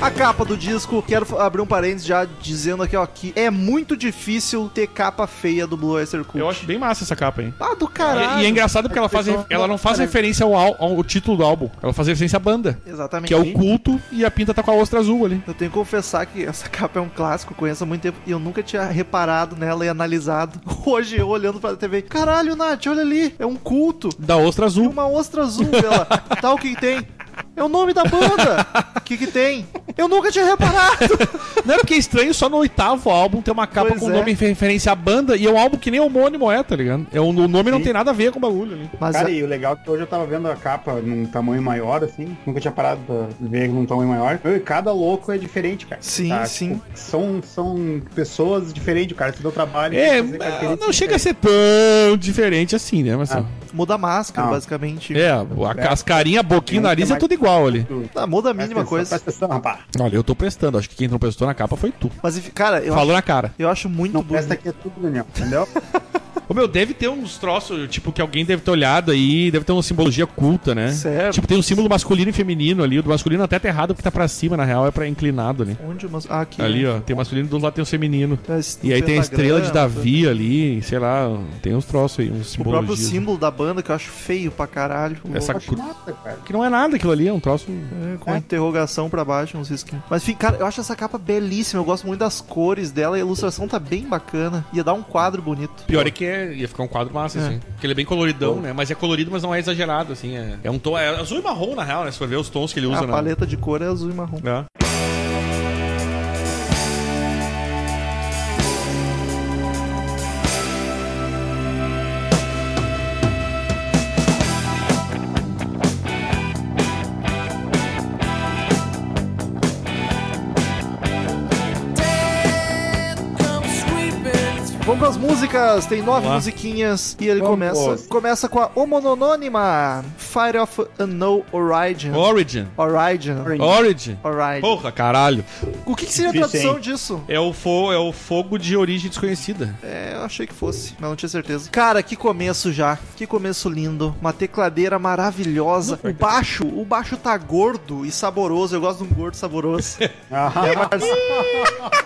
[SPEAKER 1] A capa do disco, quero f- abrir um parênteses já dizendo aqui, ó, que é muito difícil ter capa feia do Blue Oyster Cult.
[SPEAKER 2] Eu acho bem massa essa capa, hein?
[SPEAKER 1] Ah, do
[SPEAKER 2] E,
[SPEAKER 1] caralho!
[SPEAKER 2] e é engraçado porque ela, faz, re- ela não faz referência ao, al- ao título do álbum. Ela faz referência à banda.
[SPEAKER 1] Exatamente.
[SPEAKER 2] Que é o culto e a pinta tá com a ostra azul ali.
[SPEAKER 1] Eu tenho que confessar que essa capa é um clássico, eu conheço há muito tempo, e eu nunca tinha reparado nela e analisado. Hoje, eu olhando pra TV, caralho, Nath, olha ali, é um culto.
[SPEAKER 2] Da
[SPEAKER 1] E
[SPEAKER 2] ostra azul.
[SPEAKER 1] uma ostra azul, ela, tal, o que que tem? É o nome da banda! O que que tem? Eu nunca tinha reparado!
[SPEAKER 2] Não é porque é estranho só no oitavo álbum ter uma capa
[SPEAKER 1] Pois
[SPEAKER 2] com
[SPEAKER 1] é.
[SPEAKER 2] nome em referência à banda e é um álbum que nem homônimo é, tá ligado? É, o, o nome não tem nada a ver com o bagulho né? ali.
[SPEAKER 1] Mas
[SPEAKER 3] Cara, e o legal é que hoje eu tava vendo a capa num tamanho maior, assim. Nunca tinha parado pra ver num tamanho maior. Meu, E cada louco é diferente, cara.
[SPEAKER 1] Sim, sim.
[SPEAKER 3] tipo, são, são pessoas diferentes, cara. Se deu trabalho.
[SPEAKER 2] É,
[SPEAKER 1] ah,
[SPEAKER 3] fazer características
[SPEAKER 2] não chega a
[SPEAKER 3] diferentes.
[SPEAKER 2] ser tão diferente assim, né, Marcelo?
[SPEAKER 1] muda a máscara,
[SPEAKER 3] Não.
[SPEAKER 1] basicamente.
[SPEAKER 2] É, a, as carinhas, a boquinha, o
[SPEAKER 3] Tem um
[SPEAKER 2] nariz
[SPEAKER 3] que é
[SPEAKER 2] é tudo igual ali.
[SPEAKER 1] Ah, muda a
[SPEAKER 3] Presta
[SPEAKER 1] mínima
[SPEAKER 3] atenção, tá-
[SPEAKER 1] coisa.
[SPEAKER 3] Presta atenção, rapaz.
[SPEAKER 2] Olha, eu tô prestando, acho que quem não prestou na capa foi tu.
[SPEAKER 1] Mas, enfim, cara, eu,
[SPEAKER 2] Falou na cara.
[SPEAKER 1] acho, eu acho muito
[SPEAKER 3] Não,
[SPEAKER 1] bonito.
[SPEAKER 3] presta aqui é tudo, Daniel. Entendeu?
[SPEAKER 2] Ô meu, deve ter uns troços, tipo, que alguém deve ter olhado aí, deve ter uma simbologia culta, né?
[SPEAKER 1] Certo.
[SPEAKER 2] Tipo, tem um símbolo masculino e feminino ali. O do masculino até tá errado porque tá pra cima, na real, é pra inclinado ali.
[SPEAKER 1] Onde umas... Ah, aqui.
[SPEAKER 2] Ali,
[SPEAKER 1] né?
[SPEAKER 2] ó, tem o masculino do lado tem o feminino.
[SPEAKER 1] É, esse-
[SPEAKER 2] E aí tem a estrela de
[SPEAKER 1] pentagrama, assim.
[SPEAKER 2] Davi ali, sei lá, tem uns troços aí, uns
[SPEAKER 1] O próprio
[SPEAKER 2] simbologias.
[SPEAKER 1] símbolo da banda, que eu acho feio pra caralho.
[SPEAKER 2] É Essa
[SPEAKER 1] Acho-
[SPEAKER 2] cruz.
[SPEAKER 3] Nossa, cara.
[SPEAKER 2] Que não é nada aquilo ali, é um troço.
[SPEAKER 1] É, com a interrogação pra baixo, uns risquinhos. Mas enfim, cara, eu acho essa capa belíssima. Eu gosto muito das cores dela. A ilustração tá bem bacana. Ia dar um quadro bonito.
[SPEAKER 2] Pior é que é- ia ficar um quadro massa, assim. Porque ele é bem coloridão, né? Mas é colorido, mas não é exagerado, assim. É, é um tom. É azul e marrom, na real, né? Se for ver os tons que ele usa
[SPEAKER 1] A
[SPEAKER 2] na.
[SPEAKER 1] paleta de cor é azul e marrom.
[SPEAKER 2] É.
[SPEAKER 1] Vamos com as músicas. músicas, tem nove
[SPEAKER 2] Vamos lá.
[SPEAKER 1] musiquinhas e ele
[SPEAKER 3] Vamos.
[SPEAKER 1] começa começa com a Homononônima, Fire of Unknown Origin.
[SPEAKER 2] Origin.
[SPEAKER 1] Origin.
[SPEAKER 2] Origin.
[SPEAKER 1] Origin.
[SPEAKER 2] Porra, caralho.
[SPEAKER 1] O que, que seria a
[SPEAKER 3] Difícil,
[SPEAKER 1] tradução
[SPEAKER 3] hein?
[SPEAKER 1] disso?
[SPEAKER 2] É o, fo é o fogo de origem desconhecida.
[SPEAKER 1] É, eu achei que fosse, mas não tinha certeza. Cara, que começo já. Que começo lindo. Uma tecladeira maravilhosa. O baixo, o baixo tá gordo e saboroso. Eu gosto de um gordo saboroso.
[SPEAKER 3] Ah,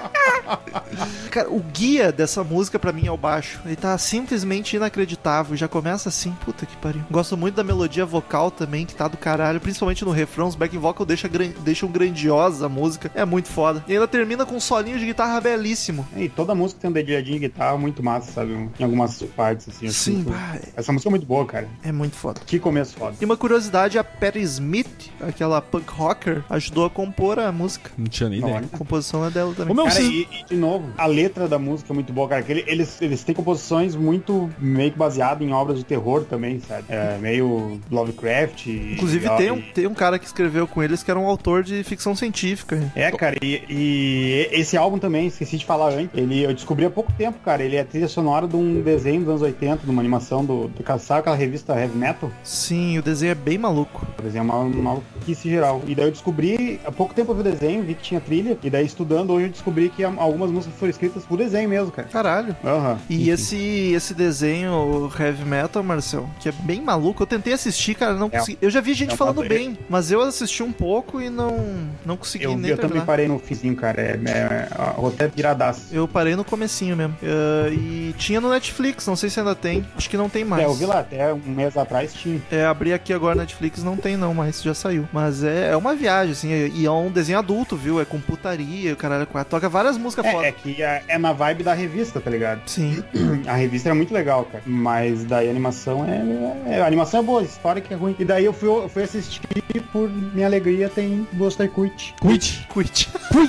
[SPEAKER 1] Cara, o guia dessa música pra mim é o baixo. Ele tá simplesmente inacreditável. Já começa assim, puta que pariu. Gosto muito da melodia vocal também, que tá do caralho. Principalmente no refrão, os back vocal deixa gran- deixam grandiosa a música. É muito foda. E ainda termina com um solinho de guitarra belíssimo.
[SPEAKER 3] e toda música tem um dedilhadinho de guitarra muito massa, sabe? Em algumas partes, assim. eu
[SPEAKER 1] Sim,
[SPEAKER 3] sinto.
[SPEAKER 1] bah,
[SPEAKER 3] Essa música é muito boa, cara.
[SPEAKER 1] é muito foda.
[SPEAKER 3] Que começo foda.
[SPEAKER 1] E uma curiosidade, a Patti Smith, aquela punk rocker, ajudou a compor a música.
[SPEAKER 2] Não tinha nem
[SPEAKER 3] Olha.
[SPEAKER 2] ideia.
[SPEAKER 1] A composição é dela também.
[SPEAKER 2] Ô, meu,
[SPEAKER 3] Cara,
[SPEAKER 2] vocês-
[SPEAKER 3] e, e, de novo, a letra da música é muito boa, cara. que ele- eles, eles têm composições muito meio que baseado em obras de terror também, sabe? É, meio Lovecraft. e-
[SPEAKER 1] Inclusive,
[SPEAKER 3] e-
[SPEAKER 1] tem um, tem um cara que escreveu com eles que era um autor de ficção científica.
[SPEAKER 3] É, cara, e, e esse álbum também, esqueci de falar antes, ele, eu descobri há pouco tempo, cara, ele é trilha sonora de um desenho dos anos 80, de uma animação do, do sabe aquela revista Heavy Metal,
[SPEAKER 1] Sim, o desenho é bem maluco.
[SPEAKER 3] o desenho é uma maluquice geral. E daí eu descobri, há pouco tempo eu vi o desenho, vi que tinha trilha, e daí estudando hoje eu descobri que am- algumas músicas foram escritas por desenho mesmo, cara.
[SPEAKER 1] Caralho.
[SPEAKER 3] Aham.
[SPEAKER 1] E esse, esse desenho o heavy metal, Marcel, que é bem maluco, eu tentei assistir, cara, não
[SPEAKER 3] É.
[SPEAKER 1] consegui. Eu já vi gente
[SPEAKER 3] É um
[SPEAKER 1] falando
[SPEAKER 3] padrão.
[SPEAKER 1] bem, mas eu assisti um pouco e não, não consegui
[SPEAKER 3] Eu,
[SPEAKER 1] nem
[SPEAKER 3] eu também
[SPEAKER 1] terminar.
[SPEAKER 3] parei no finzinho, cara. É, é, a roteiro é piradaço.
[SPEAKER 1] Eu parei no comecinho mesmo. Ah, e tinha no Netflix, não sei se ainda tem. Acho que não tem mais.
[SPEAKER 3] É, eu vi lá até um mês atrás tinha.
[SPEAKER 1] É, abri aqui agora na Netflix, não tem não, mas já saiu. Mas é, é uma viagem, assim, é- e é um desenho adulto, viu? É com putaria, o caralho, é quatro. toca várias músicas
[SPEAKER 3] É,
[SPEAKER 1] foda.
[SPEAKER 3] é que é, é na vibe da revista, tá ligado?
[SPEAKER 1] Sim.
[SPEAKER 3] A revista era muito legal, cara. Mas daí a animação é, é- A animação é boa, a história que é ruim. E daí eu fui, eu fui assistir e por minha alegria tem Buster Quit.
[SPEAKER 2] Quit.
[SPEAKER 1] Quit.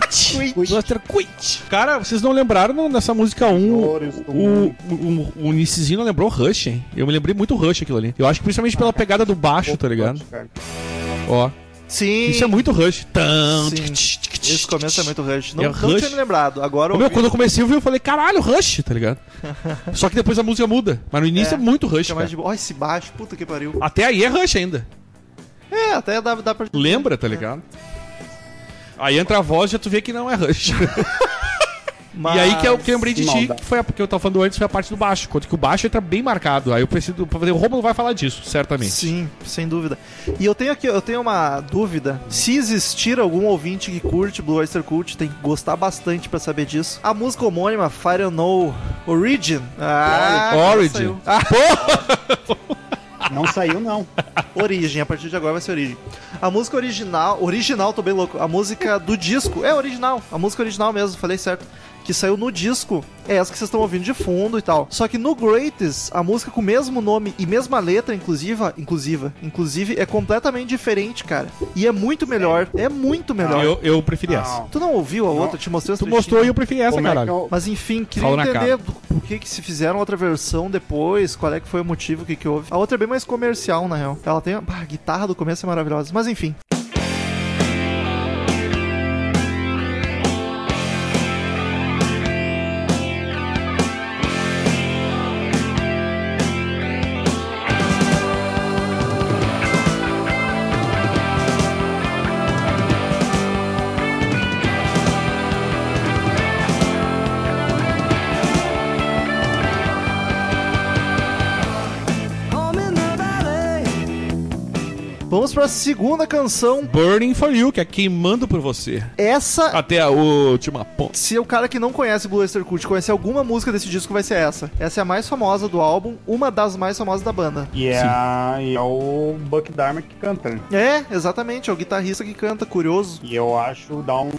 [SPEAKER 2] Quit. Buster Quit. Cara, vocês não lembraram não, dessa música 1? O,
[SPEAKER 3] Flores do
[SPEAKER 2] o, o, o Nicezinho lembrou Rush, hein? Eu me lembrei muito Rush aquilo ali. Eu acho que principalmente pela pegada do baixo, tá ligado?
[SPEAKER 3] Cara.
[SPEAKER 2] Ó.
[SPEAKER 1] Sim.
[SPEAKER 2] Isso é muito Rush. Tã,
[SPEAKER 1] Sim.
[SPEAKER 2] tch, tch, tch, tch,
[SPEAKER 1] Esse começo é
[SPEAKER 2] tch.
[SPEAKER 1] muito rush. Não,
[SPEAKER 2] É
[SPEAKER 1] não
[SPEAKER 2] Rush.
[SPEAKER 1] tinha me lembrado. Agora
[SPEAKER 2] Ô,
[SPEAKER 1] eu
[SPEAKER 2] meu,
[SPEAKER 1] ouvi,
[SPEAKER 2] quando eu comecei a ouvir, eu falei, caralho, Rush, tá ligado? Só que depois a música muda. Mas no início
[SPEAKER 1] É,
[SPEAKER 2] é, muito Rush,
[SPEAKER 1] fica
[SPEAKER 2] cara.
[SPEAKER 1] mais de boa. Ó, esse baixo, puta que pariu.
[SPEAKER 2] Até aí é Rush ainda.
[SPEAKER 1] É, até dá, dá pra.
[SPEAKER 2] Lembra,
[SPEAKER 1] É.
[SPEAKER 2] tá ligado? Aí entra a voz e já tu vê que não é Rush.
[SPEAKER 1] Mas-
[SPEAKER 2] E aí que é o que eu lembrei de ti,
[SPEAKER 3] maldade.
[SPEAKER 2] que foi a, que eu tava falando antes, foi a parte do baixo. Quanto que o baixo entra bem marcado. Aí eu preciso. O Romulo vai falar disso, certamente.
[SPEAKER 1] Sim, sem dúvida. E eu tenho aqui, eu tenho uma dúvida. Se existir algum ouvinte que curte Blue Oyster Cult, tem que gostar bastante pra saber disso. A música homônima Fire and No Origin. Ah, agora
[SPEAKER 2] então
[SPEAKER 3] então
[SPEAKER 2] Origin.
[SPEAKER 1] saiu.
[SPEAKER 3] Não saiu, não.
[SPEAKER 1] Origem, a partir de agora vai ser Origem. A música original, original, tô bem louco. A música do disco, é original, a música original mesmo, falei certo. Que saiu no disco, é essa que vocês estão ouvindo de fundo e tal. Só que no Greatest, a música com o mesmo nome e mesma letra, inclusiva, inclusiva, inclusive, é completamente diferente, cara. E é muito melhor, é muito melhor.
[SPEAKER 2] Ah, Eu, eu preferi essa.
[SPEAKER 3] Não.
[SPEAKER 1] Tu não ouviu a outra? Te mostrei os
[SPEAKER 2] Tu mostrou
[SPEAKER 1] trechinhos.
[SPEAKER 2] e eu preferi essa,
[SPEAKER 3] Como é que
[SPEAKER 2] caralho.
[SPEAKER 3] eu...
[SPEAKER 1] Mas enfim, queria
[SPEAKER 2] Fala na
[SPEAKER 1] entender do- por que que se fizeram outra versão depois, qual é que foi o motivo, o que que houve. A outra é bem mais comercial, na real. Ela tem... Bah, a guitarra do começo é maravilhosa. Mas enfim, vamos pra segunda canção.
[SPEAKER 2] Burning for You, que é queimando por você.
[SPEAKER 1] Essa,
[SPEAKER 2] Até a última ponta.
[SPEAKER 1] se o cara que não conhece Blue Oyster Cult conhecer alguma música desse disco, vai ser essa. Essa é a mais famosa do álbum, uma das mais famosas da banda.
[SPEAKER 3] E é, a- e é o Buck Dharma que canta, né?
[SPEAKER 1] É, exatamente, é o guitarrista que canta, curioso.
[SPEAKER 3] E eu acho dá um,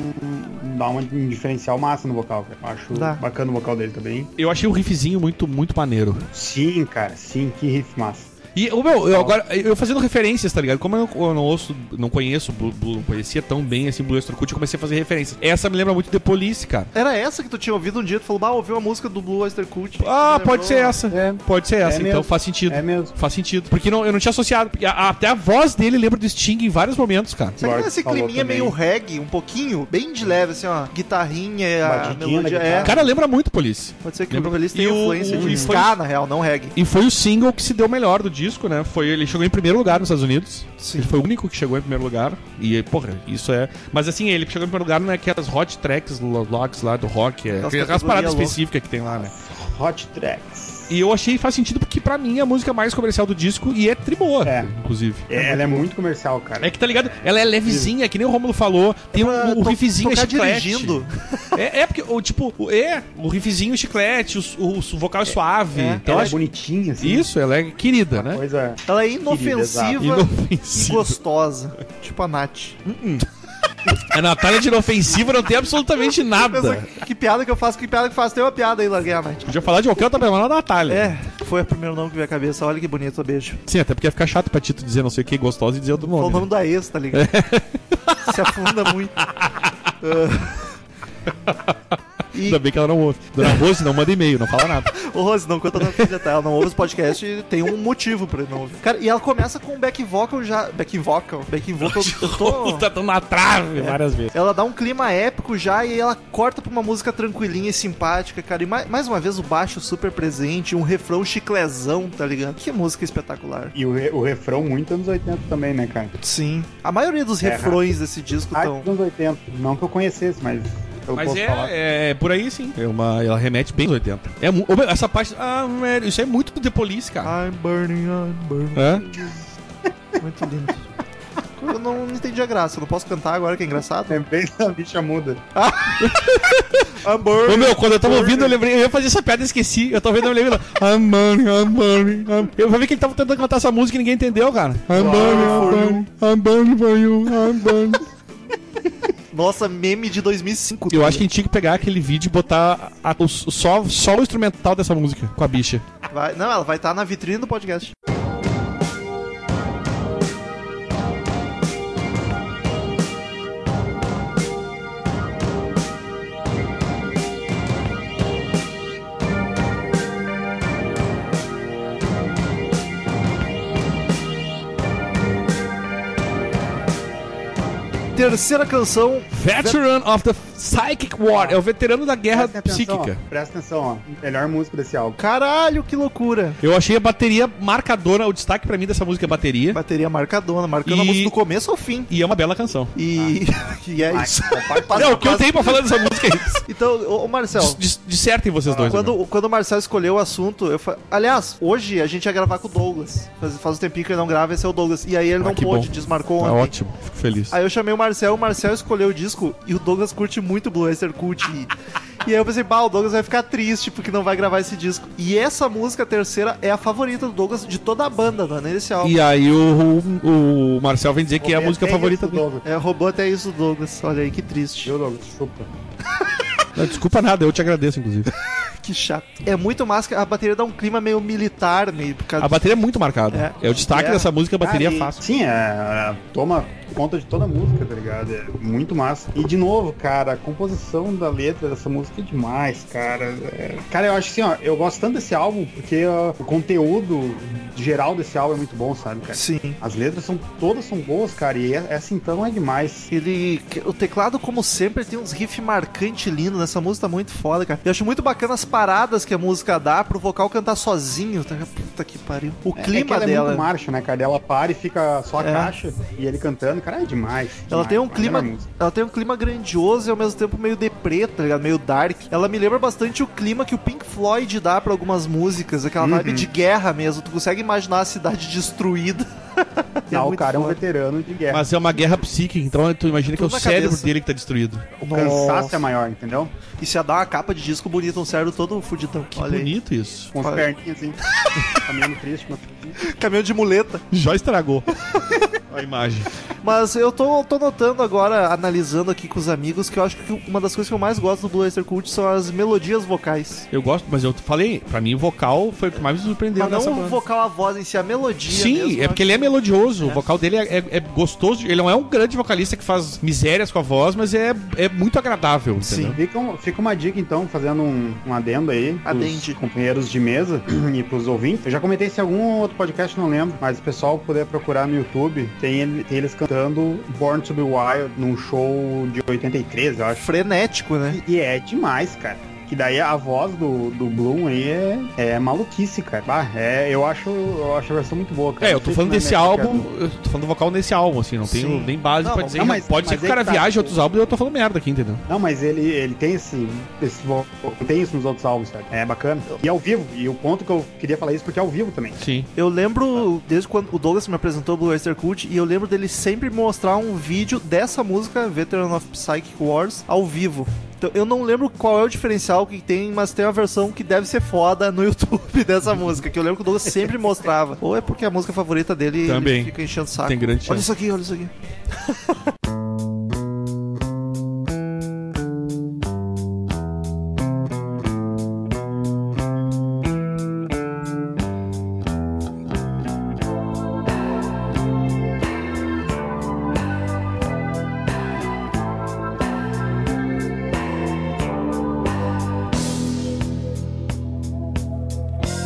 [SPEAKER 3] dá um diferencial massa no vocal, cara. Eu acho
[SPEAKER 1] Dá.
[SPEAKER 3] bacana o vocal dele também.
[SPEAKER 2] Eu achei o riffzinho muito, muito maneiro.
[SPEAKER 3] Sim, cara, sim, que riff massa.
[SPEAKER 2] E o meu, eu agora, eu fazendo referências, tá ligado? Como eu não, eu não ouço, não conheço, Blue, Blue, não conhecia tão bem assim Blue Estrocult, eu comecei a fazer referências. Essa me lembra muito The Police, cara.
[SPEAKER 1] Era essa que tu tinha ouvido um dia, tu falou, bah, ouviu a música do Blue Oyster Cult.
[SPEAKER 2] Ah,
[SPEAKER 1] Me
[SPEAKER 2] pode ser
[SPEAKER 1] lembrou-
[SPEAKER 2] essa.
[SPEAKER 3] É.
[SPEAKER 2] Pode ser essa,
[SPEAKER 3] É
[SPEAKER 2] então
[SPEAKER 3] mesmo.
[SPEAKER 2] faz sentido.
[SPEAKER 3] É mesmo.
[SPEAKER 2] Faz sentido. Porque não, eu não tinha associado. porque a- a- até a voz dele lembra do Sting em vários momentos, cara.
[SPEAKER 1] Sabe que
[SPEAKER 3] Bart
[SPEAKER 1] esse
[SPEAKER 3] falou
[SPEAKER 1] climinha
[SPEAKER 3] também.
[SPEAKER 1] meio reggae, um pouquinho, bem de leve, assim, ó. Guitarrinha, a
[SPEAKER 3] Batidinha
[SPEAKER 1] melodia.
[SPEAKER 3] da
[SPEAKER 1] É,
[SPEAKER 2] O cara lembra muito Police.
[SPEAKER 1] pode ser que o
[SPEAKER 2] Lembra-
[SPEAKER 1] Bruno
[SPEAKER 2] E
[SPEAKER 1] tenha
[SPEAKER 2] o-
[SPEAKER 1] influência
[SPEAKER 2] e
[SPEAKER 1] de
[SPEAKER 2] foi-
[SPEAKER 1] ska, na real, não reggae.
[SPEAKER 2] E foi o single que se deu melhor do disco, né? Foi, ele chegou em primeiro lugar nos Estados Unidos.
[SPEAKER 1] Sim.
[SPEAKER 2] Ele foi o único que chegou em primeiro lugar. E, porra, isso é. Mas assim, ele chegou em primeiro lugar não é aquelas hot tracks, lo- locks lá do rock. É
[SPEAKER 1] Aquelas
[SPEAKER 2] aquelas paradas
[SPEAKER 1] categorias loucas.
[SPEAKER 2] específicas que tem lá, né?
[SPEAKER 3] Hot Tracks.
[SPEAKER 2] E eu achei faz sentido porque pra mim é a música mais comercial do disco e é triboa,
[SPEAKER 3] É.
[SPEAKER 2] inclusive.
[SPEAKER 3] É, ela é muito comercial, cara.
[SPEAKER 2] É que tá ligado? Ela é levezinha, que nem o Romulo falou. Tem
[SPEAKER 1] É pra
[SPEAKER 2] um, um
[SPEAKER 1] to-
[SPEAKER 2] riffzinho
[SPEAKER 1] tocar
[SPEAKER 2] chiclete.
[SPEAKER 1] dirigindo.
[SPEAKER 2] É, é porque, o, tipo, o- é, o riffzinho chiclete, o, o, o vocal suave.
[SPEAKER 1] é.
[SPEAKER 2] então
[SPEAKER 3] ela é
[SPEAKER 2] acho-
[SPEAKER 3] bonitinha, assim.
[SPEAKER 2] Isso, ela é querida, né?
[SPEAKER 3] Coisa.
[SPEAKER 1] Ela é inofensiva e
[SPEAKER 2] Inofensiva.
[SPEAKER 1] gostosa. Tipo a Nath.
[SPEAKER 2] A É, Natália de inofensiva não tem absolutamente nada.
[SPEAKER 1] Pensa, que piada que eu faço, que piada que eu faço. Tem uma piada aí, larguei a Nath.
[SPEAKER 2] Podia falar de qualquer outra pessoa, mas não a Natália.
[SPEAKER 1] É, foi o primeiro nome que veio à cabeça. Olha que bonito, beijo.
[SPEAKER 2] Sim, até porque ia ficar chato pra Tito dizer não sei o que gostosa e dizer outro
[SPEAKER 1] Foi o
[SPEAKER 2] nome. né?
[SPEAKER 1] nome da ex, tá ligado? Se afunda muito. Ah.
[SPEAKER 2] né?
[SPEAKER 1] E,
[SPEAKER 2] Ainda bem que ela não ouve. Dona Rose não manda e-mail, não fala nada.
[SPEAKER 1] Ô, Rose, não conta não filha, tá? Ela não ouve os podcasts e tem um motivo pra não ouvir. Cara, e ela começa com back vocal já. Back vocal? Back vocal. eu tô-
[SPEAKER 2] tá dando na trave várias vezes.
[SPEAKER 1] Ela dá um clima épico já e ela corta pra uma música tranquilinha e simpática, cara. E mais, mais uma vez o baixo super presente, um refrão chiclezão, tá ligado? Que música espetacular.
[SPEAKER 3] E o, re- o refrão muito anos 80 também, né, cara?
[SPEAKER 1] Sim. A maioria dos
[SPEAKER 3] É,
[SPEAKER 1] refrões desse disco
[SPEAKER 3] Ah,
[SPEAKER 1] estão.
[SPEAKER 3] dos anos 80. Não que eu conhecesse, mas eu
[SPEAKER 2] Mas
[SPEAKER 3] posso falar.
[SPEAKER 2] é, é por aí sim. É uma, ela remete bem aos 80. É, mu- ô, meu, essa parte. Ah, velho, isso é muito do The Police, cara. É?
[SPEAKER 1] I'm burning, I'm burning.
[SPEAKER 2] Hã?
[SPEAKER 1] Muito lindo. Eu não entendi a graça, eu não posso cantar agora que é engraçado.
[SPEAKER 3] Lembrei da bicha muda.
[SPEAKER 1] I'm burning.
[SPEAKER 2] Ô meu, quando eu tava ouvindo, eu lembrei, eu ia fazer essa piada e esqueci. Eu tava ouvindo, eu lembrei lá. I'm burning, I'm burning, I'm... Eu vi que ele tava tentando cantar essa música e ninguém entendeu, cara. I'm burning, I'm burning, I'm burning for you, I'm burning.
[SPEAKER 1] Nossa, meme de 2005.
[SPEAKER 2] Eu acho que a gente tinha que pegar aquele vídeo e botar a- o- só, só o instrumental dessa música com a bicha.
[SPEAKER 1] Vai- não, ela vai estar na vitrine do podcast. Terceira canção,
[SPEAKER 2] Veteran of the Psychic War. É o veterano da guerra psíquica.
[SPEAKER 3] ó. Presta atenção, ó. Melhor música desse álbum.
[SPEAKER 1] caralho, que loucura.
[SPEAKER 2] Eu achei a bateria marcadora, o destaque pra mim dessa música é a bateria.
[SPEAKER 1] Bateria marcadona, marcando a
[SPEAKER 2] E-
[SPEAKER 1] música do começo ao fim.
[SPEAKER 2] E é uma bela canção.
[SPEAKER 1] E, e é isso.
[SPEAKER 2] Não, o que eu tenho pra falar dessa música é isso.
[SPEAKER 1] Então, ô, ô Marcel,
[SPEAKER 2] Dis- dis- Dissertem vocês dois. meu.
[SPEAKER 1] quando, quando o Marcel escolheu o assunto, eu fa... aliás, hoje a gente ia gravar com o Douglas. Faz, faz um tempinho que ele não grava, esse é o Douglas. E aí ele
[SPEAKER 2] Ah,
[SPEAKER 1] não
[SPEAKER 2] que
[SPEAKER 1] pôde,
[SPEAKER 2] bom.
[SPEAKER 1] desmarcou
[SPEAKER 2] Tá
[SPEAKER 1] ontem.
[SPEAKER 2] ótimo, fico feliz.
[SPEAKER 1] Aí eu chamei o Marcel, o Marcel escolheu o disco e o Douglas curte muito Blue Oyster Cult. E, e aí eu pensei, bah, o Douglas vai ficar triste porque não vai gravar esse disco. E essa música, a terceira, é a favorita do Douglas de toda a banda, não é nem desse álbum.
[SPEAKER 2] E aí o, o- o Marcel vem dizer que é a música
[SPEAKER 3] Tem
[SPEAKER 2] favorita
[SPEAKER 3] isso,
[SPEAKER 2] dele.
[SPEAKER 3] Douglas.
[SPEAKER 1] É, roubou até isso do Douglas, olha aí que triste.
[SPEAKER 3] Viu, Douglas? Chupa.
[SPEAKER 2] Não, desculpa nada, eu te agradeço, inclusive.
[SPEAKER 1] Que chato. É muito massa, a bateria dá um clima meio militar, meio por causa
[SPEAKER 2] A bateria é muito marcada. É,
[SPEAKER 1] É.
[SPEAKER 2] o destaque
[SPEAKER 1] É.
[SPEAKER 2] dessa música, a bateria
[SPEAKER 3] Ah,
[SPEAKER 2] é
[SPEAKER 3] e-
[SPEAKER 2] fácil.
[SPEAKER 3] Sim, é, é, toma conta de toda a música, tá ligado? É muito massa. E de novo, cara, a composição da letra dessa música é demais, cara. É, cara, eu acho assim, ó, eu gosto tanto desse álbum porque ó, o conteúdo geral desse álbum é muito bom, sabe, cara?
[SPEAKER 1] Sim.
[SPEAKER 3] As letras são todas são boas, cara, e é- essa então é demais.
[SPEAKER 1] Ele, o teclado, como sempre, tem uns riffs marcantes lindos nessa música, tá muito foda, cara. Eu acho muito bacana as paradas que a música dá pro vocal cantar sozinho. tá? Puta que pariu. O
[SPEAKER 3] É- é que
[SPEAKER 1] clima
[SPEAKER 3] ela é
[SPEAKER 1] dela.
[SPEAKER 3] muito marcha, né, cara? Ela para e fica só a
[SPEAKER 1] É.
[SPEAKER 3] caixa e ele cantando, cara, é demais.
[SPEAKER 1] ela
[SPEAKER 3] demais,
[SPEAKER 1] tem um
[SPEAKER 3] demais,
[SPEAKER 1] clima,
[SPEAKER 3] é música.
[SPEAKER 1] ela tem um clima grandioso e ao mesmo tempo meio deprê, tá ligado? Meio dark. Ela me lembra bastante o clima que o Pink Floyd dá pra algumas músicas, aquela
[SPEAKER 3] Uhum.
[SPEAKER 1] vibe de guerra mesmo. Tu consegue imaginar a cidade destruída? É
[SPEAKER 3] Não, o
[SPEAKER 1] muito
[SPEAKER 3] cara é um
[SPEAKER 1] foda.
[SPEAKER 3] veterano de guerra.
[SPEAKER 2] Mas é uma guerra psíquica, então tu imagina que é o
[SPEAKER 1] Tudo na
[SPEAKER 2] cérebro
[SPEAKER 1] cabeça.
[SPEAKER 2] dele que tá destruído.
[SPEAKER 3] O
[SPEAKER 1] Nossa.
[SPEAKER 3] cansaço é maior, entendeu?
[SPEAKER 1] Isso ia dar uma capa de disco bonita, um cérebro todo fudidão.
[SPEAKER 2] Que bonito isso.
[SPEAKER 3] Com as
[SPEAKER 1] Olha.
[SPEAKER 3] perninhas assim, caminhando triste, mas
[SPEAKER 1] Caminhão de muleta.
[SPEAKER 2] Já estragou a imagem.
[SPEAKER 1] Mas eu tô, tô notando agora, analisando aqui com os amigos, que eu acho que uma das coisas que eu mais gosto do Blue Oyster Cult são as melodias vocais.
[SPEAKER 2] Eu gosto, mas eu falei, pra mim o vocal foi o que mais me surpreendeu
[SPEAKER 1] Mas
[SPEAKER 2] nessa
[SPEAKER 1] não o
[SPEAKER 2] banda.
[SPEAKER 1] vocal, a voz em si, a melodia
[SPEAKER 2] Sim,
[SPEAKER 1] mesmo,
[SPEAKER 2] é
[SPEAKER 1] eu
[SPEAKER 2] porque
[SPEAKER 1] acho
[SPEAKER 2] ele é
[SPEAKER 1] que-
[SPEAKER 2] melodioso, o vocal dele é, é- é gostoso. Ele não é um grande vocalista que faz misérias com a voz, mas é, é muito agradável, entendeu?
[SPEAKER 1] Sim.
[SPEAKER 3] Fica, um- fica uma dica, então, fazendo um, um adendo aí
[SPEAKER 1] Adende.
[SPEAKER 3] pros companheiros de mesa e pros ouvintes. Eu já comentei isso em algum outro podcast, não lembro, mas o pessoal puder procurar no YouTube, tem, ele- tem eles cantando Born to be Wild num show de 83,
[SPEAKER 2] é
[SPEAKER 3] eu acho.
[SPEAKER 1] frenético, né?
[SPEAKER 3] E, e é demais, cara. Que daí a voz do, do Bloom aí é, é maluquice, cara. Bah, é, eu, acho, eu acho a versão muito boa, cara.
[SPEAKER 2] É, eu
[SPEAKER 3] Não
[SPEAKER 2] tô
[SPEAKER 3] sei
[SPEAKER 2] falando
[SPEAKER 3] se na
[SPEAKER 2] desse
[SPEAKER 3] minha época-
[SPEAKER 2] álbum, eu tô falando do vocal nesse álbum, assim, não tenho
[SPEAKER 1] Sim.
[SPEAKER 2] nem base
[SPEAKER 1] Não,
[SPEAKER 2] pra
[SPEAKER 1] não,
[SPEAKER 2] dizer.
[SPEAKER 3] não,
[SPEAKER 2] mas
[SPEAKER 3] mas-
[SPEAKER 2] pode ser
[SPEAKER 3] mas
[SPEAKER 2] que o
[SPEAKER 3] é
[SPEAKER 2] cara
[SPEAKER 3] que tá.
[SPEAKER 2] viaje outros álbuns e eu tô falando merda aqui, entendeu?
[SPEAKER 3] Não, mas ele, ele tem esse, esse vo- tem isso nos outros álbuns, cara. É bacana. E ao vivo. E o ponto que eu queria falar isso porque é ao vivo também.
[SPEAKER 2] Sim.
[SPEAKER 1] Eu lembro, desde quando o Douglas me apresentou o Blue Oyster Cult, e eu lembro dele sempre mostrar um vídeo dessa música, Veteran of Psychic Wars, ao vivo. Então, eu não lembro qual é o diferencial que tem, mas tem uma versão que deve ser foda no YouTube dessa música, que eu lembro que o Douglas sempre mostrava. Ou é porque é a música favorita dele e
[SPEAKER 2] Também.
[SPEAKER 1] ele fica enchendo o saco.
[SPEAKER 2] Tem grande
[SPEAKER 1] Olha
[SPEAKER 2] chance.
[SPEAKER 1] isso aqui, olha isso aqui.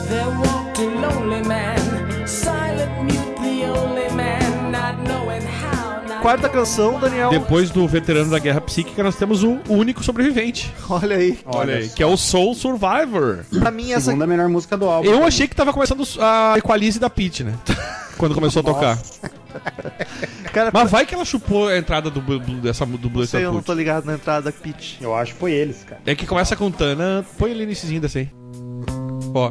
[SPEAKER 6] There walked a lonely man, silent, mute, the only man, not knowing how. Not
[SPEAKER 1] Quarta canção, Daniel.
[SPEAKER 2] Depois do veterano da guerra psíquica, nós temos o único sobrevivente.
[SPEAKER 1] Olha aí.
[SPEAKER 2] Olha aí, que é o Soul Survivor.
[SPEAKER 1] Pra mim, essa
[SPEAKER 3] Segunda melhor música do álbum.
[SPEAKER 2] Eu achei que tava começando a Equalize da Pete, né? Quando começou a tocar.
[SPEAKER 1] Cara,
[SPEAKER 2] Mas tá vai que ela chupou a entrada do, Blue- Blue- dessa, do Blue
[SPEAKER 1] não sei, eu não
[SPEAKER 2] Estatuto.
[SPEAKER 1] tô ligado na entrada da Pitch.
[SPEAKER 3] Eu acho que foi eles, cara.
[SPEAKER 2] É que começa com Tana. Põe ali nesse dessa aí. Ó.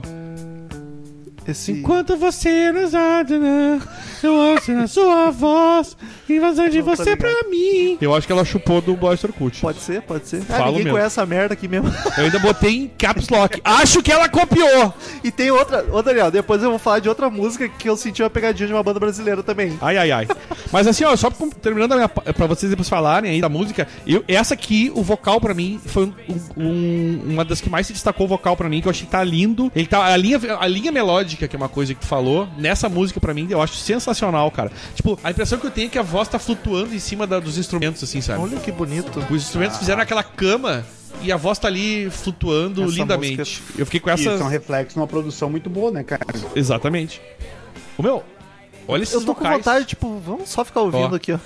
[SPEAKER 1] Esse...
[SPEAKER 2] Enquanto você nos adora, eu ouço na sua voz, invasão de
[SPEAKER 1] Não tô
[SPEAKER 2] você pra
[SPEAKER 1] ligado.
[SPEAKER 2] mim. Eu acho que ela chupou do Blaster Cult.
[SPEAKER 1] Pode ser, pode ser. Ah,
[SPEAKER 2] Falo
[SPEAKER 1] ninguém
[SPEAKER 2] mesmo.
[SPEAKER 1] conhece essa merda aqui mesmo.
[SPEAKER 2] Eu ainda botei em caps lock. Acho que ela copiou.
[SPEAKER 1] E tem outra. Ô, Daniel, depois eu vou falar de outra música que eu senti uma pegadinha de uma banda brasileira também.
[SPEAKER 2] Ai, ai, ai. Mas assim, ó, só com- terminando a minha, pa- pra vocês depois falarem aí da música, eu, essa aqui, o vocal pra mim, foi um- um- uma das que mais se destacou o vocal pra mim, que eu achei que tá lindo. Ele tá, a, linha, a linha melódica, que é uma coisa que tu falou, nessa música pra mim, eu acho sensacional, cara. Tipo, a impressão que eu tenho é que a voz tá flutuando em cima da- dos instrumentos, assim, sabe?
[SPEAKER 1] Olha que bonito.
[SPEAKER 2] Os instrumentos fizeram aquela cama e a voz tá ali flutuando
[SPEAKER 1] Ah. Essa
[SPEAKER 2] lindamente.
[SPEAKER 1] música-
[SPEAKER 2] Eu fiquei com
[SPEAKER 3] Isso
[SPEAKER 2] essa.
[SPEAKER 3] é um reflexo numa produção muito boa, né, cara?
[SPEAKER 2] Exatamente. O meu. Olha esses
[SPEAKER 1] Eu tô com
[SPEAKER 2] vocais.
[SPEAKER 1] vontade, tipo, vamos só ficar ouvindo
[SPEAKER 2] Ó.
[SPEAKER 1] aqui, ó.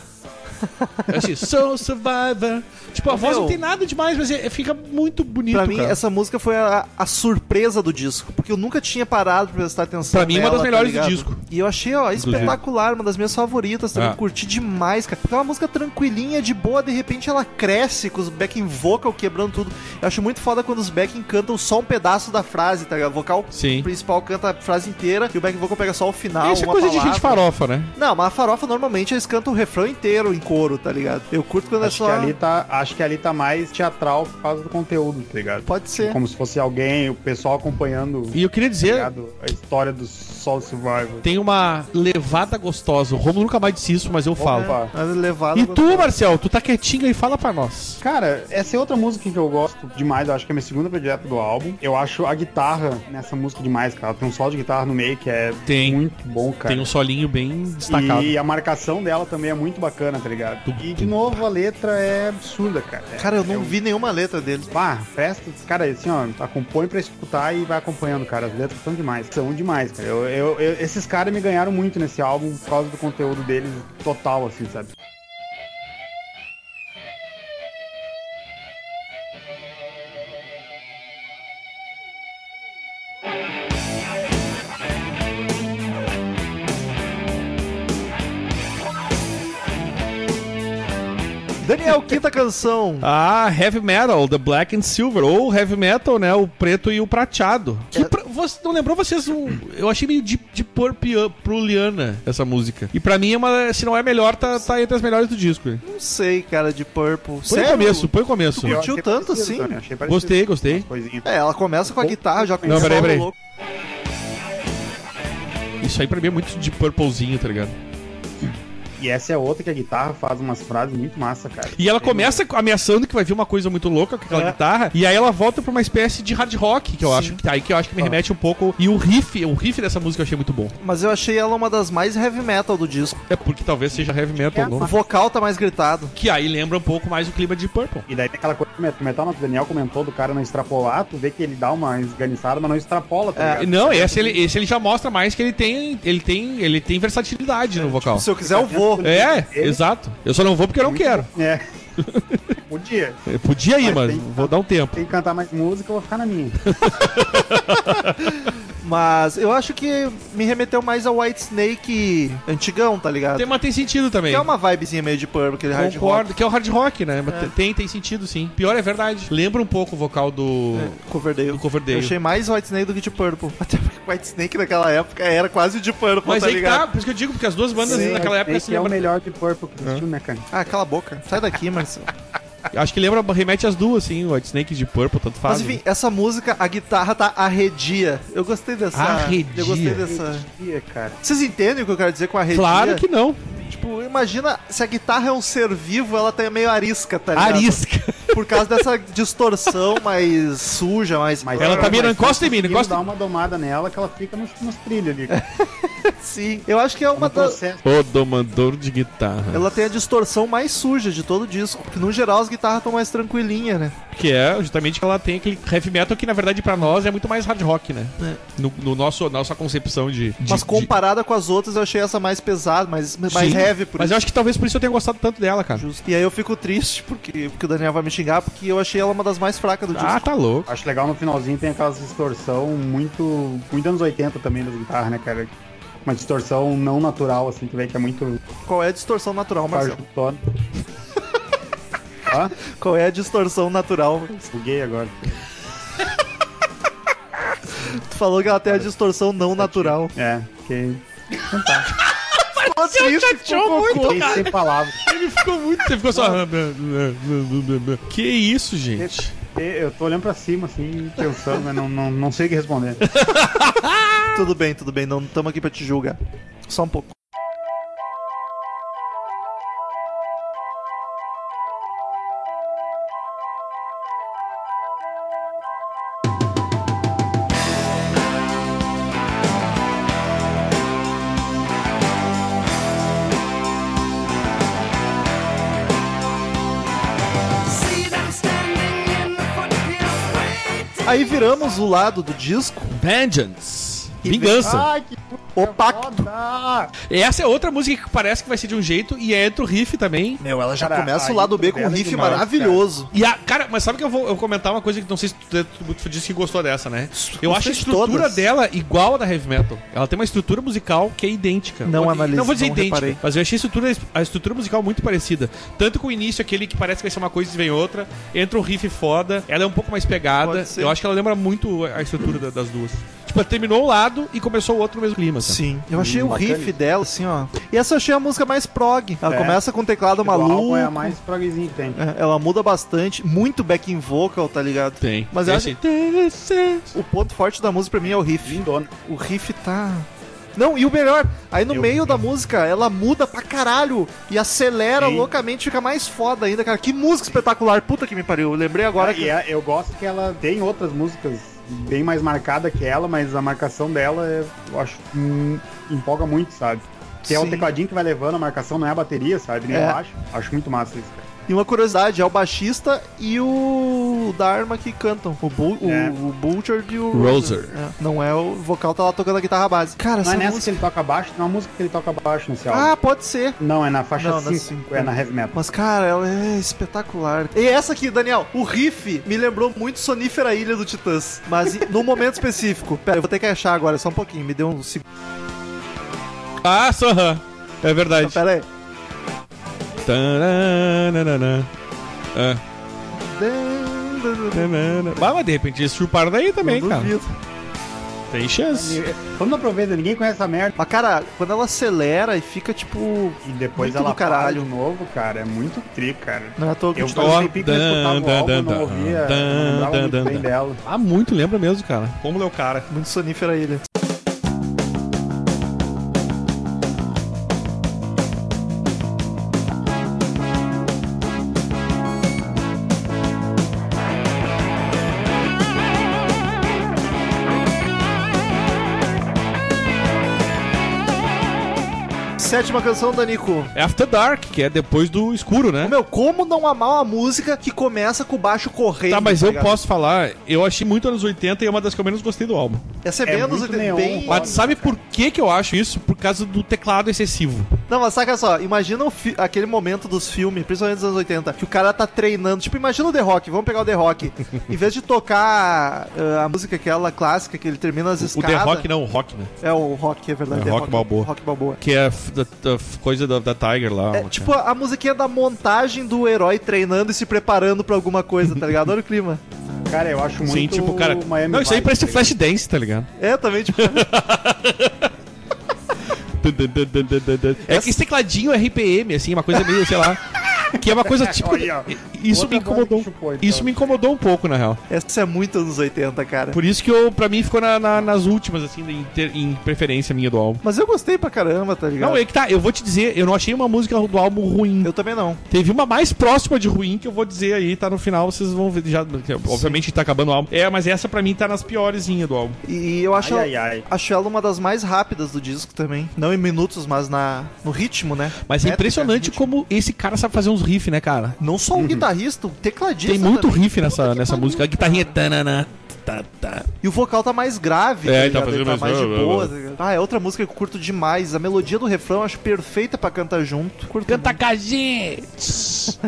[SPEAKER 2] Assim, Soul Survivor. Tipo, a
[SPEAKER 1] Ô,
[SPEAKER 2] voz
[SPEAKER 1] meu.
[SPEAKER 2] não tem nada demais, mas é- fica muito bonito,
[SPEAKER 1] Pra mim,
[SPEAKER 2] cara.
[SPEAKER 1] essa música foi a, a surpresa do disco, porque eu nunca tinha parado pra prestar atenção.
[SPEAKER 2] Pra mim, uma
[SPEAKER 1] nela,
[SPEAKER 2] das melhores
[SPEAKER 1] tá ligado?
[SPEAKER 2] do disco.
[SPEAKER 1] E eu achei, ó, espetacular, uma das minhas favoritas também.
[SPEAKER 2] Ah.
[SPEAKER 1] Curti demais, cara. Porque é uma música tranquilinha, de boa, de repente ela cresce com os backing vocal quebrando tudo. Eu acho muito foda quando os backing cantam só um pedaço da frase, tá ligado? O vocal
[SPEAKER 2] Sim.
[SPEAKER 1] principal canta a frase inteira e o backing vocal pega só o final.
[SPEAKER 2] Isso é
[SPEAKER 1] uma
[SPEAKER 2] coisa de
[SPEAKER 1] palavra.
[SPEAKER 2] gente farofa, né?
[SPEAKER 1] Não, mas a farofa normalmente eles cantam o refrão inteiro em coro, tá ligado? Eu curto quando
[SPEAKER 3] Acho
[SPEAKER 1] é
[SPEAKER 3] que,
[SPEAKER 1] só.
[SPEAKER 3] ali tá, acho que ali tá mais teatral por causa do conteúdo, tá ligado?
[SPEAKER 1] Pode ser.
[SPEAKER 3] Como se fosse alguém, o pessoal acompanhando
[SPEAKER 2] E eu queria
[SPEAKER 3] tá
[SPEAKER 2] dizer,
[SPEAKER 3] ligado? a história do Soul Survivor.
[SPEAKER 2] tem uma levada gostosa. O Romulo nunca mais disse isso, mas eu falo.
[SPEAKER 3] Opa.
[SPEAKER 1] Mas levado.
[SPEAKER 2] E tu, Marcel, tu tá quietinho aí, fala pra nós.
[SPEAKER 3] Cara, essa é outra música que eu gosto demais, eu acho que é a minha segunda predileta do álbum. Eu acho a guitarra nessa música demais, cara. Tem um solo de guitarra no meio que é
[SPEAKER 2] Tem.
[SPEAKER 3] muito bom, cara.
[SPEAKER 2] Tem um solinho bem destacado.
[SPEAKER 3] E a marcação dela também é muito bacana, tá ligado? E de novo a letra é absurda, cara. É-
[SPEAKER 1] Cara, eu não
[SPEAKER 3] é um-
[SPEAKER 1] vi nenhuma letra dele.
[SPEAKER 3] Pá, presta, cara, assim, ó, acompanha pra escutar e vai acompanhando, cara. As letras são demais, são demais, cara. Eu- eu- eu- esses caras me ganharam muito nesse álbum por causa do conteúdo deles total, assim, sabe?
[SPEAKER 1] Daniel, quinta canção.
[SPEAKER 2] Ah, Heavy Metal, The Black and Silver, ou Heavy Metal, né, o preto e o prateado. Que pra- você, não lembrou vocês um... Eu achei meio de, de purpuliana essa música. E pra mim, é uma, se não é a melhor, tá, tá entre as melhores do disco. hein.
[SPEAKER 1] Não sei, cara, de Purple.
[SPEAKER 2] Põe o começo, põe o começo.
[SPEAKER 1] Tu-
[SPEAKER 3] Eu
[SPEAKER 1] Curtiu
[SPEAKER 3] achei
[SPEAKER 1] tanto
[SPEAKER 3] parecido,
[SPEAKER 1] assim?
[SPEAKER 3] Tony, achei parecido.
[SPEAKER 2] Gostei, gostei.
[SPEAKER 3] Coisinha.
[SPEAKER 1] É, ela começa com a guitarra, já começa
[SPEAKER 2] Não, peraí, peraí.
[SPEAKER 1] louco.
[SPEAKER 2] Isso aí pra mim é muito de purplezinho, tá ligado?
[SPEAKER 3] E essa é outra que a guitarra faz umas frases muito massa, cara.
[SPEAKER 2] E ela começa ameaçando que vai vir uma coisa muito louca com aquela
[SPEAKER 1] É.
[SPEAKER 2] guitarra, e aí ela volta pra uma espécie de hard rock, que eu acho que aí que eu acho que me remete um pouco. E o riff, o riff dessa música eu achei muito bom.
[SPEAKER 1] Mas eu achei ela uma das mais heavy metal do disco.
[SPEAKER 2] É porque talvez seja heavy metal
[SPEAKER 1] O
[SPEAKER 2] novo.
[SPEAKER 1] vocal tá mais gritado.
[SPEAKER 2] Que aí lembra um pouco mais o clima de Purple.
[SPEAKER 3] E daí tem aquela coisa que o Metal, o Daniel comentou do cara não extrapolar, tu vê que ele dá uma esganiçada, mas não extrapola, tá ligado?
[SPEAKER 2] Não, esse ele, esse ele já mostra mais que ele tem, ele tem, ele tem versatilidade no vocal.
[SPEAKER 1] Se eu quiser, eu vou.
[SPEAKER 2] É,
[SPEAKER 3] Ele-
[SPEAKER 2] exato. Eu só não vou porque eu não quero.
[SPEAKER 3] É. Podia.
[SPEAKER 2] Eu podia ir,
[SPEAKER 3] Mas
[SPEAKER 2] mas
[SPEAKER 3] tem que-
[SPEAKER 2] vou dar um tempo.
[SPEAKER 3] Tem que cantar mais música, eu vou ficar na minha.
[SPEAKER 1] Mas eu acho que me remeteu mais ao White Snake antigão, tá ligado?
[SPEAKER 2] Tem, mas tem sentido também.
[SPEAKER 1] Que é uma vibezinha meio de Purple, aquele hard rock.
[SPEAKER 2] Concordo, que é o hard rock, né? Mas Tem, tem sentido, sim. Pior é verdade. Lembra um pouco o vocal do.
[SPEAKER 1] É. Coverdale.
[SPEAKER 2] Do Coverdale.
[SPEAKER 1] Eu achei mais White Snake do que de Purple. Até porque White Snake naquela época era quase de Purple,
[SPEAKER 2] Mas
[SPEAKER 1] tá
[SPEAKER 2] aí que tá,
[SPEAKER 1] ligado?
[SPEAKER 2] por isso que eu digo, porque as duas bandas
[SPEAKER 3] Sim,
[SPEAKER 2] naquela
[SPEAKER 3] é
[SPEAKER 2] época
[SPEAKER 3] que
[SPEAKER 2] se
[SPEAKER 3] é o
[SPEAKER 2] lembram.
[SPEAKER 3] melhor de Purple que existiu, né, cara?
[SPEAKER 1] Ah, cala a boca. Sai daqui, Marcelo.
[SPEAKER 2] Acho que lembra, remete as duas, sim, o White Snake de Purple, tanto
[SPEAKER 1] Mas
[SPEAKER 2] faz.
[SPEAKER 1] enfim, essa música, a guitarra tá arredia. Eu gostei dessa.
[SPEAKER 2] Arredia.
[SPEAKER 1] Eu gostei dessa.
[SPEAKER 3] Podia, cara.
[SPEAKER 1] Vocês entendem o que eu quero dizer com arredia?
[SPEAKER 2] Claro que não.
[SPEAKER 1] Tipo, imagina se a guitarra é um ser vivo, ela tá meio arisca, tá ligado?
[SPEAKER 2] Arisca.
[SPEAKER 1] Por causa dessa distorção mais suja, mais.
[SPEAKER 3] Mas
[SPEAKER 2] Ela tá mirando, encosta em mim,
[SPEAKER 3] conseguiram
[SPEAKER 2] encosta em
[SPEAKER 3] dar uma domada nela que ela fica nos, nos trilhos ali.
[SPEAKER 1] Sim. Eu acho que é uma
[SPEAKER 3] No
[SPEAKER 1] das.
[SPEAKER 3] processo.
[SPEAKER 2] O domador de guitarra.
[SPEAKER 1] Ela tem a distorção mais suja de todo o disco. Porque no geral as guitarras estão mais tranquilinhas, né?
[SPEAKER 2] Que é justamente que ela tem aquele heavy metal que, na verdade, pra nós é muito mais hard rock, né? No, no nosso, nossa concepção de. de-
[SPEAKER 1] É. Mas
[SPEAKER 2] de-
[SPEAKER 1] comparada com as outras, eu achei essa mais pesada, mais, mais
[SPEAKER 2] Sim.
[SPEAKER 1] heavy, por
[SPEAKER 2] Mas
[SPEAKER 1] isso.
[SPEAKER 2] eu acho que talvez por isso eu tenha gostado tanto dela, cara.
[SPEAKER 1] Justo. E aí eu fico triste porque, porque o Daniel vai me xingar, porque eu achei ela uma das mais fracas do disco.
[SPEAKER 2] Ah, tá louco.
[SPEAKER 3] Acho legal no finalzinho tem aquelas distorção muito. Muito anos 80 também das guitarras, né, cara? Uma distorção não natural, assim, tu vê que é muito
[SPEAKER 1] Qual é a distorção natural, Marcelo?
[SPEAKER 3] fartona. Ó,
[SPEAKER 1] Qual é a distorção natural?
[SPEAKER 3] buguei agora.
[SPEAKER 1] Tu falou que ela tem a distorção não natural.
[SPEAKER 3] É, fiquei
[SPEAKER 1] Nossa, assim isso Tipo, ficou cocô.
[SPEAKER 3] fiquei sem palavras.
[SPEAKER 2] Ele ficou muito. Ele ficou só. que isso, gente?
[SPEAKER 3] Eu tô olhando pra cima, assim, pensando, mas não, não, não sei o que responder.
[SPEAKER 1] Tudo bem, tudo bem. Não estamos aqui pra te julgar. Só um pouco. Aí viramos o lado do disco.
[SPEAKER 2] Vengeance. Vingança.
[SPEAKER 3] Ai, que
[SPEAKER 1] O pacto.
[SPEAKER 3] foda!
[SPEAKER 2] Essa é outra música que parece que vai ser de um jeito e entra o riff também.
[SPEAKER 1] Meu, ela já
[SPEAKER 3] Cara,
[SPEAKER 1] começa o
[SPEAKER 3] a
[SPEAKER 1] lado B
[SPEAKER 3] intro
[SPEAKER 1] com um
[SPEAKER 3] dela é
[SPEAKER 1] riff
[SPEAKER 3] demais,
[SPEAKER 1] maravilhoso.
[SPEAKER 2] E a, cara, mas sabe que eu vou eu vou comentar uma coisa que não sei se tu, tu, tu disse que gostou dessa, né? Eu acho a
[SPEAKER 1] de
[SPEAKER 2] estrutura
[SPEAKER 1] todas.
[SPEAKER 2] dela igual a da heavy metal. Ela tem uma estrutura musical que é idêntica.
[SPEAKER 1] Não
[SPEAKER 2] Pode-
[SPEAKER 1] analisei,
[SPEAKER 2] Não vou dizer
[SPEAKER 1] não
[SPEAKER 2] idêntica,
[SPEAKER 1] reparei.
[SPEAKER 2] mas eu achei a estrutura, a estrutura musical muito parecida. Tanto com o início, aquele que parece que vai ser uma coisa e vem outra. Entra um riff foda. Ela é um pouco mais pegada.
[SPEAKER 1] Pode ser.
[SPEAKER 2] Eu acho que ela lembra muito a estrutura da- das duas. Tipo, ela terminou um lado e começou o outro no mesmo clima. sabe?
[SPEAKER 1] Sim, eu achei o
[SPEAKER 3] bacana
[SPEAKER 1] riff
[SPEAKER 3] isso.
[SPEAKER 1] dela, assim, ó. E essa eu achei a música mais prog. Ela
[SPEAKER 3] É.
[SPEAKER 1] começa com um teclado
[SPEAKER 3] O álbum
[SPEAKER 1] maluco.
[SPEAKER 3] é a mais progzinha que tem.
[SPEAKER 1] É, Ela muda bastante, muito backing vocal, tá ligado?
[SPEAKER 2] Tem.
[SPEAKER 3] É,
[SPEAKER 1] Mas eu
[SPEAKER 2] Tem
[SPEAKER 1] acho-
[SPEAKER 2] sim.
[SPEAKER 1] O ponto forte da música pra mim é o riff.
[SPEAKER 3] Lindona.
[SPEAKER 1] O riff tá. Não, e o melhor, aí no
[SPEAKER 3] Eu-
[SPEAKER 1] meio da música ela muda pra caralho e acelera
[SPEAKER 3] Sim.
[SPEAKER 1] loucamente, fica mais foda ainda, cara. Que música espetacular, puta que me pariu. Eu lembrei agora
[SPEAKER 3] Ah,
[SPEAKER 1] que.
[SPEAKER 3] e é- eu gosto que ela tem outras músicas bem mais marcada que ela, mas a marcação dela é- eu acho que hum, empolga muito, sabe? Que é o
[SPEAKER 1] Sim.
[SPEAKER 3] tecladinho que vai levando a marcação, não é a bateria, sabe? Nem
[SPEAKER 1] É.
[SPEAKER 3] baixo. Acho muito massa isso. cara.
[SPEAKER 1] E uma curiosidade, é o baixista e o Dharma que cantam. O, Bu
[SPEAKER 3] É.
[SPEAKER 1] o, o Butcher e o
[SPEAKER 2] Roser.
[SPEAKER 1] É, Não é o vocal, tá lá tocando a guitarra base. Cara,
[SPEAKER 3] Não
[SPEAKER 1] essa
[SPEAKER 3] é nessa que
[SPEAKER 1] música...
[SPEAKER 3] ele toca baixo, não é uma música que ele toca baixo nesse álbum.
[SPEAKER 1] Ah, pode ser.
[SPEAKER 3] Não, é na faixa
[SPEAKER 1] Não, na
[SPEAKER 3] 5, é na heavy metal.
[SPEAKER 1] Mas, cara, ela é espetacular. E essa aqui, Daniel, o riff me lembrou muito Sonífera Ilha do Titãs. Mas em- num momento específico. Pera, eu vou ter que achar agora, só um pouquinho. Me deu um segundo.
[SPEAKER 2] Ah, Sohan. É verdade.
[SPEAKER 1] Pera aí.
[SPEAKER 2] Taranana. Ah. Tanana. Bah, mas de repente eles chuparam daí também,
[SPEAKER 1] Não
[SPEAKER 2] cara.
[SPEAKER 1] duvido.
[SPEAKER 2] Tem chance.
[SPEAKER 3] Vamos aproveitar, ninguém conhece essa merda.
[SPEAKER 1] Mas, cara, quando ela acelera e fica tipo.
[SPEAKER 3] E depois
[SPEAKER 1] Muito
[SPEAKER 3] ela
[SPEAKER 1] do caralho.
[SPEAKER 3] para de novo, cara. É muito tri, cara.
[SPEAKER 1] Não é à toa que
[SPEAKER 3] Eu
[SPEAKER 1] eu
[SPEAKER 2] tô-
[SPEAKER 3] passei pico quando eu escutava o
[SPEAKER 2] Dan,
[SPEAKER 3] álbum,
[SPEAKER 2] dan,
[SPEAKER 3] não
[SPEAKER 2] dan,
[SPEAKER 3] ouvia,
[SPEAKER 2] dan,
[SPEAKER 3] não lembrava
[SPEAKER 2] dan,
[SPEAKER 3] muito
[SPEAKER 2] dan.
[SPEAKER 3] bem dela.
[SPEAKER 2] Ah, muito lembra mesmo, cara. Como é o cara.
[SPEAKER 1] Muito Sonífera Ilha. Sétima canção, Danico.
[SPEAKER 2] É After Dark, que é depois do escuro, né?
[SPEAKER 1] Meu, como não amar uma música que começa com o baixo correndo?
[SPEAKER 2] Tá, mas eu
[SPEAKER 1] ligado?
[SPEAKER 2] posso falar, eu achei muito anos 80 e é uma das que eu menos gostei do álbum.
[SPEAKER 1] Essa é
[SPEAKER 3] É
[SPEAKER 1] menos
[SPEAKER 3] muito
[SPEAKER 1] é
[SPEAKER 3] neon,
[SPEAKER 1] bem.
[SPEAKER 3] Olha,
[SPEAKER 2] Mas sabe por que que eu acho isso? Por causa do teclado excessivo.
[SPEAKER 1] Não, mas saca só, imagina o fi- aquele momento dos filmes, principalmente dos anos 80, que o cara tá treinando. Tipo, imagina o The Rock, vamos pegar o The Rock. em vez de tocar ah, a música aquela clássica que ele termina as
[SPEAKER 2] O
[SPEAKER 1] escadas.
[SPEAKER 2] The Rock não, o Rock, né?
[SPEAKER 1] É o Rock, é verdade.
[SPEAKER 2] É,
[SPEAKER 1] The
[SPEAKER 2] Rock Balboa.
[SPEAKER 1] Rock Balboa.
[SPEAKER 2] Que é f- da- da- coisa da, da Tiger lá. um
[SPEAKER 1] É,
[SPEAKER 2] uma-
[SPEAKER 1] tipo a musiquinha da montagem do herói treinando e se preparando pra alguma coisa, tá ligado? Olha o clima.
[SPEAKER 3] Cara, eu acho muito
[SPEAKER 2] Sim, tipo, cara.
[SPEAKER 3] Miami
[SPEAKER 2] não, isso aí
[SPEAKER 3] Vice,
[SPEAKER 2] parece
[SPEAKER 3] tá
[SPEAKER 2] flash dance, tá ligado?
[SPEAKER 1] É, também, tipo.
[SPEAKER 2] É que esse tecladinho é RPM, assim, uma coisa meio, sei lá. Que é uma coisa tipo.
[SPEAKER 3] Olha aí, ó.
[SPEAKER 2] Isso
[SPEAKER 3] Outra
[SPEAKER 2] me incomodou.
[SPEAKER 3] banda que chupou, então.
[SPEAKER 2] Isso me incomodou um pouco, na real.
[SPEAKER 1] Essa é muito anos 80, cara.
[SPEAKER 2] Por isso que eu, pra mim, ficou na- na- nas últimas, assim, em, ter- em preferência minha do álbum.
[SPEAKER 1] Mas eu gostei pra caramba, tá ligado?
[SPEAKER 2] Não, é que tá, eu vou te dizer, eu não achei uma música do álbum ruim.
[SPEAKER 1] Eu também não.
[SPEAKER 2] Teve uma mais próxima de ruim que eu vou dizer aí, tá no final, vocês vão ver já. que Obviamente tá acabando o álbum. É, mas essa pra mim tá nas piorezinhas do álbum.
[SPEAKER 1] E eu acho,
[SPEAKER 3] Ai, ai, ai.
[SPEAKER 1] acho ela uma das mais rápidas do disco também. Não em minutos, mas na, no ritmo, né?
[SPEAKER 2] Mas é
[SPEAKER 1] Métrica,
[SPEAKER 2] impressionante
[SPEAKER 1] ritmo.
[SPEAKER 2] como esse cara sabe fazer uns riffs, né, cara?
[SPEAKER 1] Não só um guitarrista, um tecladista.
[SPEAKER 2] Tem muito
[SPEAKER 1] também.
[SPEAKER 2] riff nessa,
[SPEAKER 1] que
[SPEAKER 2] nessa
[SPEAKER 1] pariu,
[SPEAKER 2] música. A guitarrinha. é Tanana, tá, tá.
[SPEAKER 1] E o vocal tá mais grave.
[SPEAKER 2] É, ele
[SPEAKER 1] ligado?
[SPEAKER 2] tá fazendo mais-
[SPEAKER 1] mais de boa. tá ligado? Ah, é outra música que eu curto demais. A melodia do refrão eu acho perfeita pra cantar junto. Curto
[SPEAKER 2] Canta
[SPEAKER 1] muito.
[SPEAKER 2] com a gente!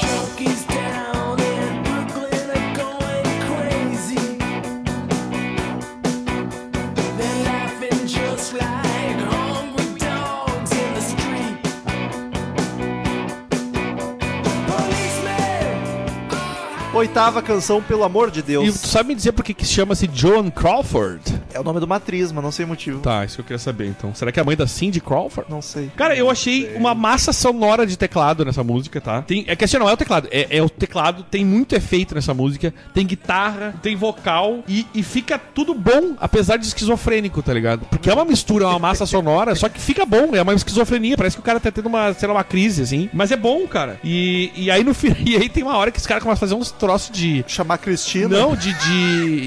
[SPEAKER 6] Junkies down in Brooklyn are going crazy. They're laughing just like hungry dogs in the street. Policemen
[SPEAKER 1] Oitava canção, pelo amor de
[SPEAKER 2] E
[SPEAKER 1] Deus.
[SPEAKER 2] tu sabe me dizer por que que chama-se Joan Crawford?
[SPEAKER 1] É o nome de uma atriz, mas não sei o motivo.
[SPEAKER 2] Tá, isso que eu queria saber então. Será que é a mãe da Cindy Crawford?
[SPEAKER 1] Não sei.
[SPEAKER 2] Cara, eu achei uma massa sonora de teclado nessa música, tá? Tem, é que assim, não é o teclado, é, é o teclado, tem muito efeito nessa música, tem guitarra, tem vocal e, e fica tudo bom, apesar de esquizofrênico, tá ligado? Porque é uma mistura, é uma massa sonora, só que fica bom, é uma esquizofrenia, parece que o cara tá tendo uma, sei lá, uma crise, assim. Mas é bom, cara. E, e aí no fim, e aí tem uma hora que os caras começam a fazer uns troços de.
[SPEAKER 1] Chamar Cristina.
[SPEAKER 2] Não, de. de,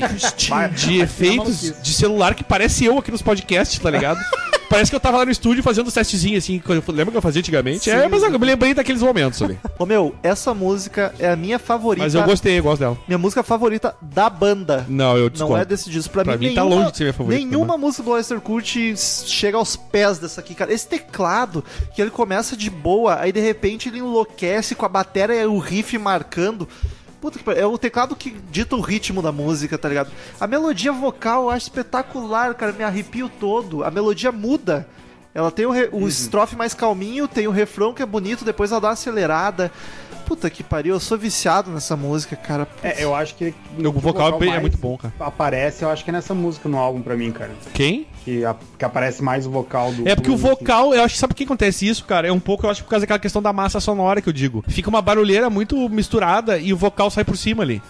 [SPEAKER 2] de efeitos de celular que parece eu aqui nos podcasts, tá ligado? Parece que eu tava lá no estúdio fazendo os testezinhos assim, quando eu- lembra que eu fazia antigamente? é, mas eu me lembrei daqueles momentos ali.
[SPEAKER 1] Ô meu, essa música é a minha favorita.
[SPEAKER 2] Mas eu gostei, eu gosto dela.
[SPEAKER 1] Minha música favorita da banda.
[SPEAKER 2] Não, eu
[SPEAKER 1] Não é
[SPEAKER 2] discordo.
[SPEAKER 1] desse disco. Pra,
[SPEAKER 2] Pra
[SPEAKER 1] mim,
[SPEAKER 2] mim tá
[SPEAKER 1] nenhuma,
[SPEAKER 2] longe de ser minha favorita,
[SPEAKER 1] Nenhuma música do Lester Kurt chega aos pés dessa aqui, cara. Esse teclado, que ele começa de boa, aí de repente ele enlouquece com a bateria e o riff marcando. Puta que pariu, é o teclado que dita o ritmo da música, tá ligado? A melodia vocal eu acho espetacular, cara, me arrepio todo. A melodia muda. Ela tem o, re- o
[SPEAKER 3] Uhum.
[SPEAKER 1] estrofe mais calminho, tem o refrão que é bonito, depois ela dá uma acelerada. Puta que pariu, eu sou viciado nessa música, cara.
[SPEAKER 3] É, eu acho que.
[SPEAKER 2] O vocal é bem- é
[SPEAKER 3] mais
[SPEAKER 2] muito bom, cara.
[SPEAKER 3] Aparece, eu acho que é nessa música no álbum pra mim, cara.
[SPEAKER 2] Quem?
[SPEAKER 3] Que, a- que aparece mais o vocal do.
[SPEAKER 2] É porque o
[SPEAKER 3] do-
[SPEAKER 2] vocal, eu acho que sabe o que acontece isso, cara? É um pouco, eu acho, por causa daquela questão da massa sonora que eu digo. Fica uma barulheira muito misturada e o vocal sai por cima ali.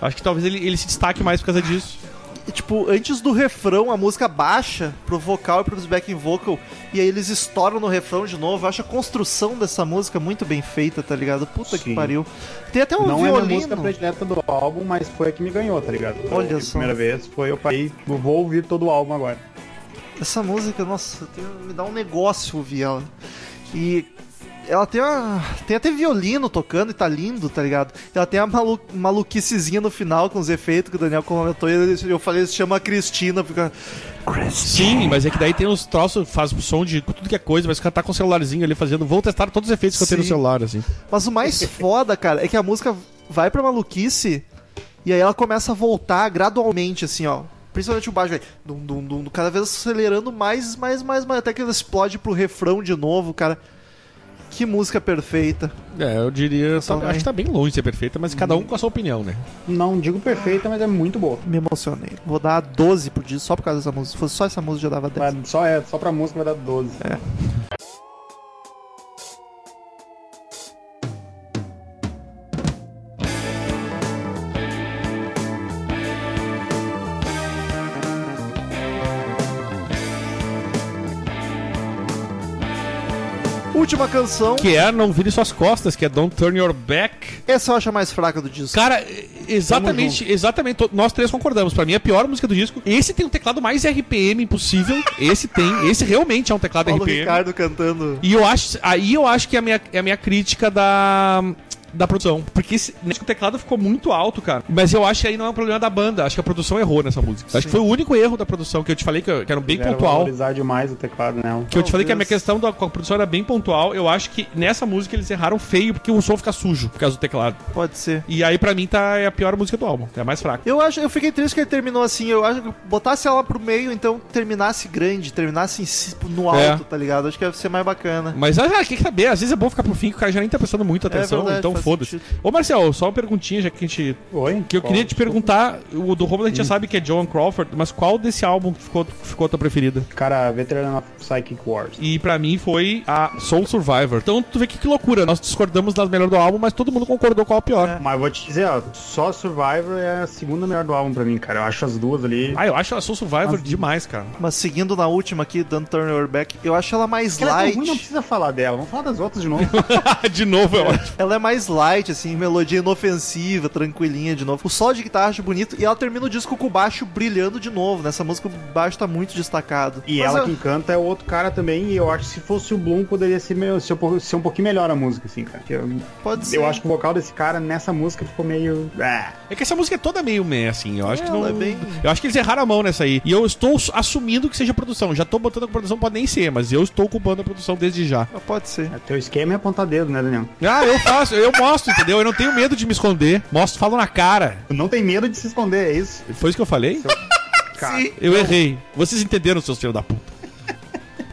[SPEAKER 2] Acho que talvez ele, ele se destaque mais por causa disso.
[SPEAKER 1] E, tipo, antes do refrão, a música baixa pro vocal e pros backing vocal, e aí eles estouram no refrão de novo. Eu acho a construção dessa música muito bem feita, tá ligado? Puta que
[SPEAKER 3] Sim.
[SPEAKER 1] pariu. Tem até um
[SPEAKER 3] Não é a música
[SPEAKER 1] violino.
[SPEAKER 3] predileta do álbum, mas foi a que me ganhou, tá ligado? Foi
[SPEAKER 1] Olha
[SPEAKER 3] a
[SPEAKER 1] só.
[SPEAKER 3] primeira vez foi eu parei, eu vou ouvir todo o álbum agora.
[SPEAKER 1] Essa música, nossa, tem- me dá um negócio ouvir ela. E ela tem uma, tem até violino tocando e tá lindo, tá ligado? Ela tem a malu, maluquicezinha no final com os efeitos que o Daniel comentou. E ele- eu falei, se chama Cristina, fica.
[SPEAKER 2] Sim, mas é que daí tem uns troços, faz som de tudo que é coisa, mas o cara tá com o celularzinho ali fazendo. Vou testar todos os efeitos que eu tenho no
[SPEAKER 1] Sim.
[SPEAKER 2] celular, assim.
[SPEAKER 1] Mas o mais foda, cara, é que a música vai pra maluquice e aí ela começa a voltar gradualmente, assim, ó. Principalmente o baixo, velho. Dum, dum, dum, dum, cada vez acelerando mais, mais, mais, mais. Até que ela explode pro refrão de novo, cara. Que música perfeita.
[SPEAKER 2] É, eu diria.
[SPEAKER 1] Só
[SPEAKER 2] tá-
[SPEAKER 1] vai.
[SPEAKER 2] acho que tá bem longe de ser perfeita, mas cada um com a sua opinião, né?
[SPEAKER 3] Não digo perfeita, mas é muito boa.
[SPEAKER 1] Me emocionei. Vou dar 12 por dia só por causa dessa música. Se fosse só essa música, eu já dava 10.
[SPEAKER 3] Mas Só, é, só pra música vai dar 12.
[SPEAKER 1] Última canção.
[SPEAKER 2] Que é Não Vire Suas Costas, que é Don't Turn Your Back.
[SPEAKER 1] Essa eu acho a mais fraca do disco.
[SPEAKER 2] Cara, exatamente, exatamente. to- Nós três concordamos. Pra mim é a pior música do disco. Esse tem um teclado mais RPM impossível. Esse tem. Esse realmente é um teclado
[SPEAKER 1] Paulo
[SPEAKER 2] RPM.
[SPEAKER 1] Ricardo cantando.
[SPEAKER 2] E eu acho, aí eu acho que é a minha, é a minha crítica da, da produção. Porque esse, acho que o teclado ficou muito alto, cara. Mas eu acho que aí não é um problema da banda. Acho que a produção errou nessa música. Acho que foi o único erro da produção que eu te falei, que, eu- que era bem
[SPEAKER 3] Quiseram
[SPEAKER 2] pontual.
[SPEAKER 3] valorizar demais o teclado, né?
[SPEAKER 2] Que eu te falei que a minha
[SPEAKER 1] Talvez.
[SPEAKER 2] questão da com a produção era bem pontual. Eu acho que nessa música eles erraram feio porque o som fica sujo por causa do teclado.
[SPEAKER 1] Pode ser.
[SPEAKER 2] E aí pra mim tá é a pior música do álbum. É a mais fraca.
[SPEAKER 1] Eu acho, eu fiquei triste que ele terminou assim. Eu acho que botasse ela pro meio, então terminasse grande, terminasse em si- no
[SPEAKER 2] É.
[SPEAKER 1] alto, tá ligado? Acho que ia ser mais bacana.
[SPEAKER 2] Mas ah, quem que saber? Às vezes é bom ficar pro fim que o cara já nem tá prestando muita
[SPEAKER 1] É
[SPEAKER 2] atenção,
[SPEAKER 1] verdade,
[SPEAKER 2] então
[SPEAKER 1] faz
[SPEAKER 2] foda-se.
[SPEAKER 1] sentido.
[SPEAKER 2] Ô Marcel, só uma perguntinha, já que a gente
[SPEAKER 3] Oi?
[SPEAKER 2] Que eu
[SPEAKER 3] Qual?
[SPEAKER 2] queria te perguntar, o do Romulo a gente já sabe que é Joan Crawford, mas qual desse álbum ficou, ficou a tua preferida?
[SPEAKER 3] Cara, Veteran of Psychic Wars.
[SPEAKER 2] E pra mim foi a Soul Survivor. Então tu vê que, que loucura, nós discordamos das melhores do álbum, mas todo mundo concordou qual é a pior.
[SPEAKER 3] Mas eu vou te dizer, ó, só Survivor é a segunda melhor do álbum pra mim, cara. Eu acho as duas ali.
[SPEAKER 2] Ah, eu acho a Soul Survivor demais, cara.
[SPEAKER 1] Mas seguindo na última aqui, dando Turn Your Back, eu acho ela mais
[SPEAKER 3] Aquela é tão
[SPEAKER 1] light.
[SPEAKER 3] ruim não precisa falar dela. Vamos falar das outras de novo.
[SPEAKER 2] Ah, de novo, eu acho.
[SPEAKER 1] Ela é mais light, assim, melodia inofensiva, tranquilinha de novo. O solo de guitarra acho bonito e ela termina o disco com o baixo brilhando de novo. Nessa música o baixo tá muito destacado.
[SPEAKER 3] E
[SPEAKER 1] Mas
[SPEAKER 3] ela
[SPEAKER 1] eu-
[SPEAKER 3] quem canta é o outro cara também. E eu acho que se fosse o Bloom, poderia ser, meio, ser, um pouco- ser um pouquinho melhor a música, assim, cara. Porque Eu,
[SPEAKER 1] Pode ser.
[SPEAKER 3] eu acho que o vocal desse cara nessa música ficou meio. Ah.
[SPEAKER 2] É que essa música é toda meio meh, assim. Eu acho que
[SPEAKER 1] Ela
[SPEAKER 2] não.
[SPEAKER 1] é bem-
[SPEAKER 2] Eu acho que eles erraram a mão nessa aí. E eu estou assumindo que seja produção. Já tô botando que produção, pode nem ser, mas eu estou culpando a produção desde já.
[SPEAKER 1] Mas Pode ser.
[SPEAKER 3] Teu esquema é apontar dedo, né, Daniel?
[SPEAKER 2] Ah, eu faço, eu mostro, entendeu? Eu não tenho medo de me esconder. Mostro, falo na cara.
[SPEAKER 3] Tu não tem medo de se esconder, é isso?
[SPEAKER 2] Foi isso que eu falei?
[SPEAKER 3] É, Cara,
[SPEAKER 1] Sim.
[SPEAKER 2] Eu errei. Vocês entenderam, seus filhos da puta.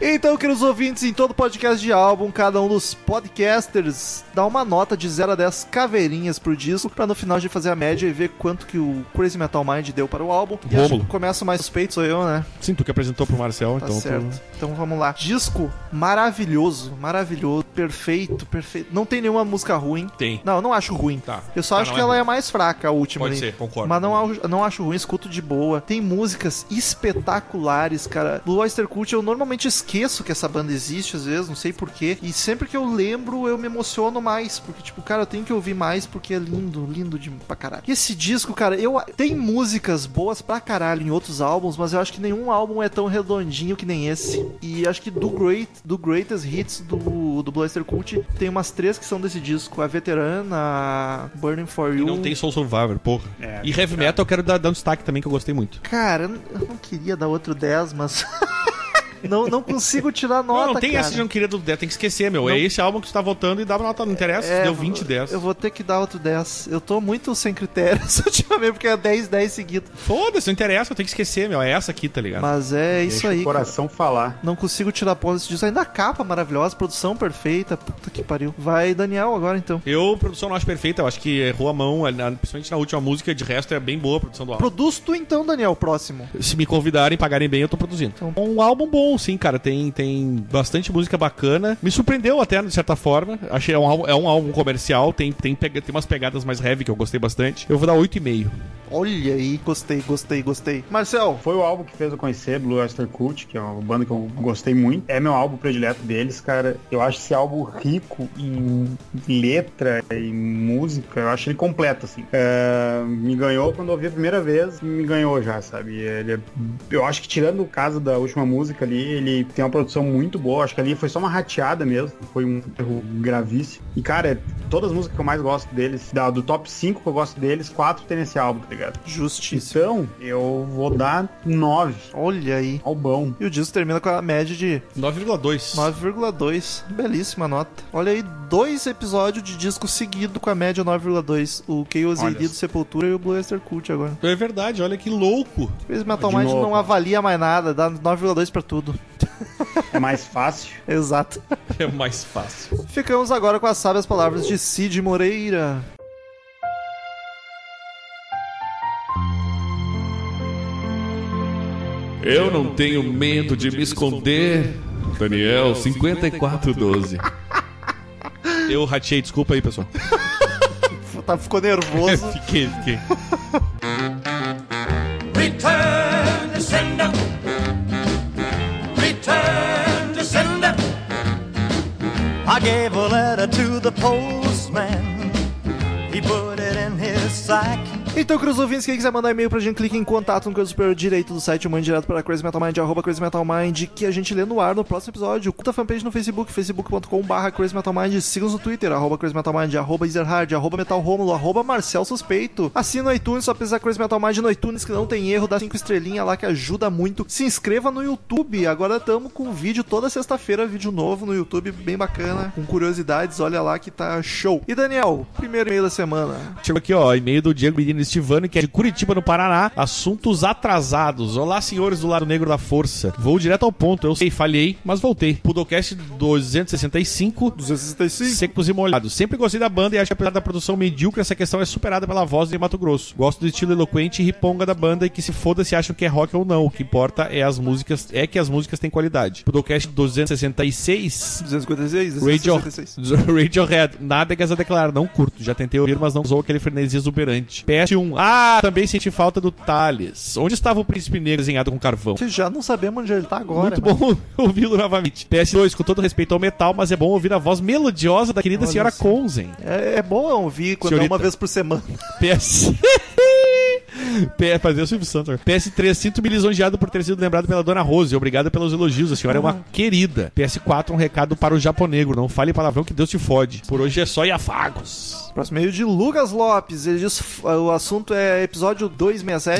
[SPEAKER 1] Então, queridos ouvintes, em todo podcast de álbum, cada um dos podcasters dá uma nota de 0 a 10 caveirinhas pro disco, pra no final a gente fazer a média e ver quanto que o Crazy Metal Mind deu para o álbum. E acho
[SPEAKER 2] Rômulo.
[SPEAKER 1] que começa o mais suspeito, sou eu, né?
[SPEAKER 2] Sim, tu que apresentou pro Marcel,
[SPEAKER 1] Tá
[SPEAKER 2] então. tu-
[SPEAKER 1] certo. Então vamos lá. Disco maravilhoso, maravilhoso, perfeito, perfeito. Não tem nenhuma música ruim.
[SPEAKER 2] Tem.
[SPEAKER 1] Não, eu não acho ruim.
[SPEAKER 2] Tá.
[SPEAKER 1] Eu só
[SPEAKER 2] Tá,
[SPEAKER 1] acho
[SPEAKER 2] não
[SPEAKER 1] que
[SPEAKER 2] é
[SPEAKER 1] ela
[SPEAKER 2] ruim.
[SPEAKER 1] é mais fraca, a última.
[SPEAKER 2] Pode
[SPEAKER 1] ali.
[SPEAKER 2] ser, concordo.
[SPEAKER 1] Mas não, acho- não acho ruim, escuto de boa. Tem músicas espetaculares, cara. Blue Oyster Cult, eu normalmente esqueço que essa banda existe, às vezes, não sei porquê. E sempre que eu lembro, eu me emociono mais. Porque, tipo, cara, eu tenho que ouvir mais porque é lindo, lindo de pra caralho. E esse disco, cara, eu tem músicas boas pra caralho em outros álbuns, mas eu acho que nenhum álbum é tão redondinho que nem esse. E acho que do Great, do Greatest Hits do, do Blue Oyster Cult, tem umas três que são desse disco: a Veterana, a Burning for
[SPEAKER 2] E
[SPEAKER 1] You.
[SPEAKER 2] não tem Soul Survivor, porra.
[SPEAKER 3] É,
[SPEAKER 2] e Heavy Metal eu quero dar, dar um destaque também, que eu gostei muito.
[SPEAKER 1] Cara, eu n- eu não queria dar outro 10, mas. não, não consigo tirar nota.
[SPEAKER 2] não, não tem
[SPEAKER 1] cara.
[SPEAKER 2] essa de não querer do 10, tem que esquecer, meu. É esse álbum que tu tá votando e dá uma nota, não interessa,
[SPEAKER 1] É,
[SPEAKER 2] deu 20 e 10.
[SPEAKER 1] Eu vou ter que dar outro 10. Eu tô muito sem critérios ultimamente, porque é 10, 10 seguido.
[SPEAKER 2] Foda-se, não interessa, eu tenho que esquecer, meu. É essa aqui, tá ligado?
[SPEAKER 1] Mas é isso
[SPEAKER 3] deixa
[SPEAKER 1] aí.
[SPEAKER 3] o
[SPEAKER 1] cara.
[SPEAKER 3] coração falar.
[SPEAKER 1] Não consigo tirar pontos disso. Ainda a capa maravilhosa, produção perfeita. Puta que pariu. Vai, Daniel, agora então.
[SPEAKER 2] Eu, produção não acho perfeita, eu acho que errou a mão, na- principalmente na última música, de resto é bem boa a produção do álbum.
[SPEAKER 1] Produz tu então, Daniel, próximo.
[SPEAKER 2] Se me convidarem, pagarem bem, eu tô produzindo. É Um álbum bom, sim, cara. Tem, tem bastante música bacana. Me surpreendeu até, de certa forma. Achei é um álbum, é um álbum comercial, tem, tem, pega- tem umas pegadas mais heavy que eu gostei bastante. Eu vou dar 8,5.
[SPEAKER 1] Olha aí. Gostei, gostei, gostei. Marcel,
[SPEAKER 3] Foi o álbum que fez eu conhecer Blue Oyster Cult, que é uma banda que eu gostei muito. É meu álbum predileto deles, cara. Eu acho esse álbum rico em letra, em música. Eu acho ele completo, assim. É, me ganhou quando eu ouvi a primeira vez, me ganhou já, sabe? Ele é- eu acho que tirando o caso da última música ali, ele tem uma produção muito boa. Acho que ali foi só uma rateada mesmo. Foi um erro gravíssimo. E, cara, todas as músicas que eu mais gosto deles, da- do top 5 que eu gosto deles, 4 tem nesse álbum, tá ligado?
[SPEAKER 1] justiça.
[SPEAKER 3] Então, eu vou dar 9
[SPEAKER 1] Olha aí.
[SPEAKER 3] ao bom.
[SPEAKER 1] E o disco termina com a média de
[SPEAKER 2] 9,2.
[SPEAKER 1] 9,2. Belíssima nota. Olha aí, dois episódios de disco seguido com a média 9,2. O Chaos
[SPEAKER 2] Olha
[SPEAKER 1] AD do Sepultura e o Blue Oyster Cult agora.
[SPEAKER 2] É verdade, olha que louco.
[SPEAKER 1] Fez Metal
[SPEAKER 3] De
[SPEAKER 1] Mind
[SPEAKER 3] novo.
[SPEAKER 1] não avalia mais nada, dá 9,2 pra tudo.
[SPEAKER 3] É mais fácil.
[SPEAKER 1] Exato.
[SPEAKER 2] É mais fácil.
[SPEAKER 1] Ficamos agora com as sábias palavras de Cid Moreira.
[SPEAKER 7] Eu não tenho medo de me esconder. Daniel 5412.
[SPEAKER 2] Eu ratei, desculpa aí, pessoal.
[SPEAKER 1] Tá, ficou nervoso.
[SPEAKER 2] fiquei, fiquei.
[SPEAKER 4] Return to sender. Return to sender.
[SPEAKER 8] gave a letter to the postman. He put it in his sack.
[SPEAKER 1] Então, queridos ouvintes, quem quiser mandar e-mail pra gente, clique em contato no canto superior direito do site, mande direto para crazymetalmind, arroba crazymetalmind, que a gente lê no ar no próximo episódio. Curta a fanpage no Facebook, facebook.com.br crazymetalmind, siga-nos no Twitter, arroba crazymetalmind, arroba ezerhard, arroba metalromulo, arroba marcel suspeito. Assina o iTunes, só precisa Crazy Metal Mind no iTunes, que não tem erro, dá cinco estrelinhas lá que ajuda muito. Se inscreva no YouTube, agora tamo com vídeo toda sexta-feira, vídeo novo no YouTube, bem bacana, com curiosidades, olha lá que tá show. E Daniel, primeiro e-mail da semana.
[SPEAKER 2] Chegou Tipo aqui, ó, e-mail do Diego Menino Estivano, que é de Curitiba, no Paraná. Assuntos atrasados. Olá, senhores do lado negro da força. Vou direto ao ponto. Eu sei, falhei, mas voltei. Pudocast 265.
[SPEAKER 1] 265.
[SPEAKER 2] Secos e molhados. Sempre gostei da banda e acho que apesar da produção medíocre, essa questão é superada pela voz de Mato Grosso. Gosto do estilo eloquente e riponga da banda e que se foda se acham que é rock ou não. O que importa é as músicas, é que as músicas têm qualidade. Podcast 266.
[SPEAKER 1] 256?
[SPEAKER 2] Radio,
[SPEAKER 1] 266.
[SPEAKER 2] Radiohead, nádegas a declarar, não curto. Já tentei ouvir, mas não usou aquele frenesi exuberante. PS1, ah, também senti falta do Thales. Onde estava o príncipe negro desenhado com carvão?
[SPEAKER 1] Que Já não sabemos onde ele tá agora.
[SPEAKER 2] Muito bom ouvi-lo novamente. PS2, com todo respeito ao metal, mas é bom ouvir a voz melodiosa da querida senhora Conzen.
[SPEAKER 1] É, é bom ouvir quando é
[SPEAKER 2] Senhorita.
[SPEAKER 1] uma vez por semana.
[SPEAKER 2] PS. P- Fazer o Silvio Santos. agora. PS3, sinto-me lisonjeado por ter sido lembrado pela dona Rose. Obrigada pelos elogios. A senhora é uma querida. PS4, um recado para o japonegro. Não fale palavrão que Deus te fode. Por hoje é só e afagos.
[SPEAKER 1] Próximo meio de Lucas Lopes. Ele diz: f- o assunto é episódio
[SPEAKER 2] É
[SPEAKER 1] 267.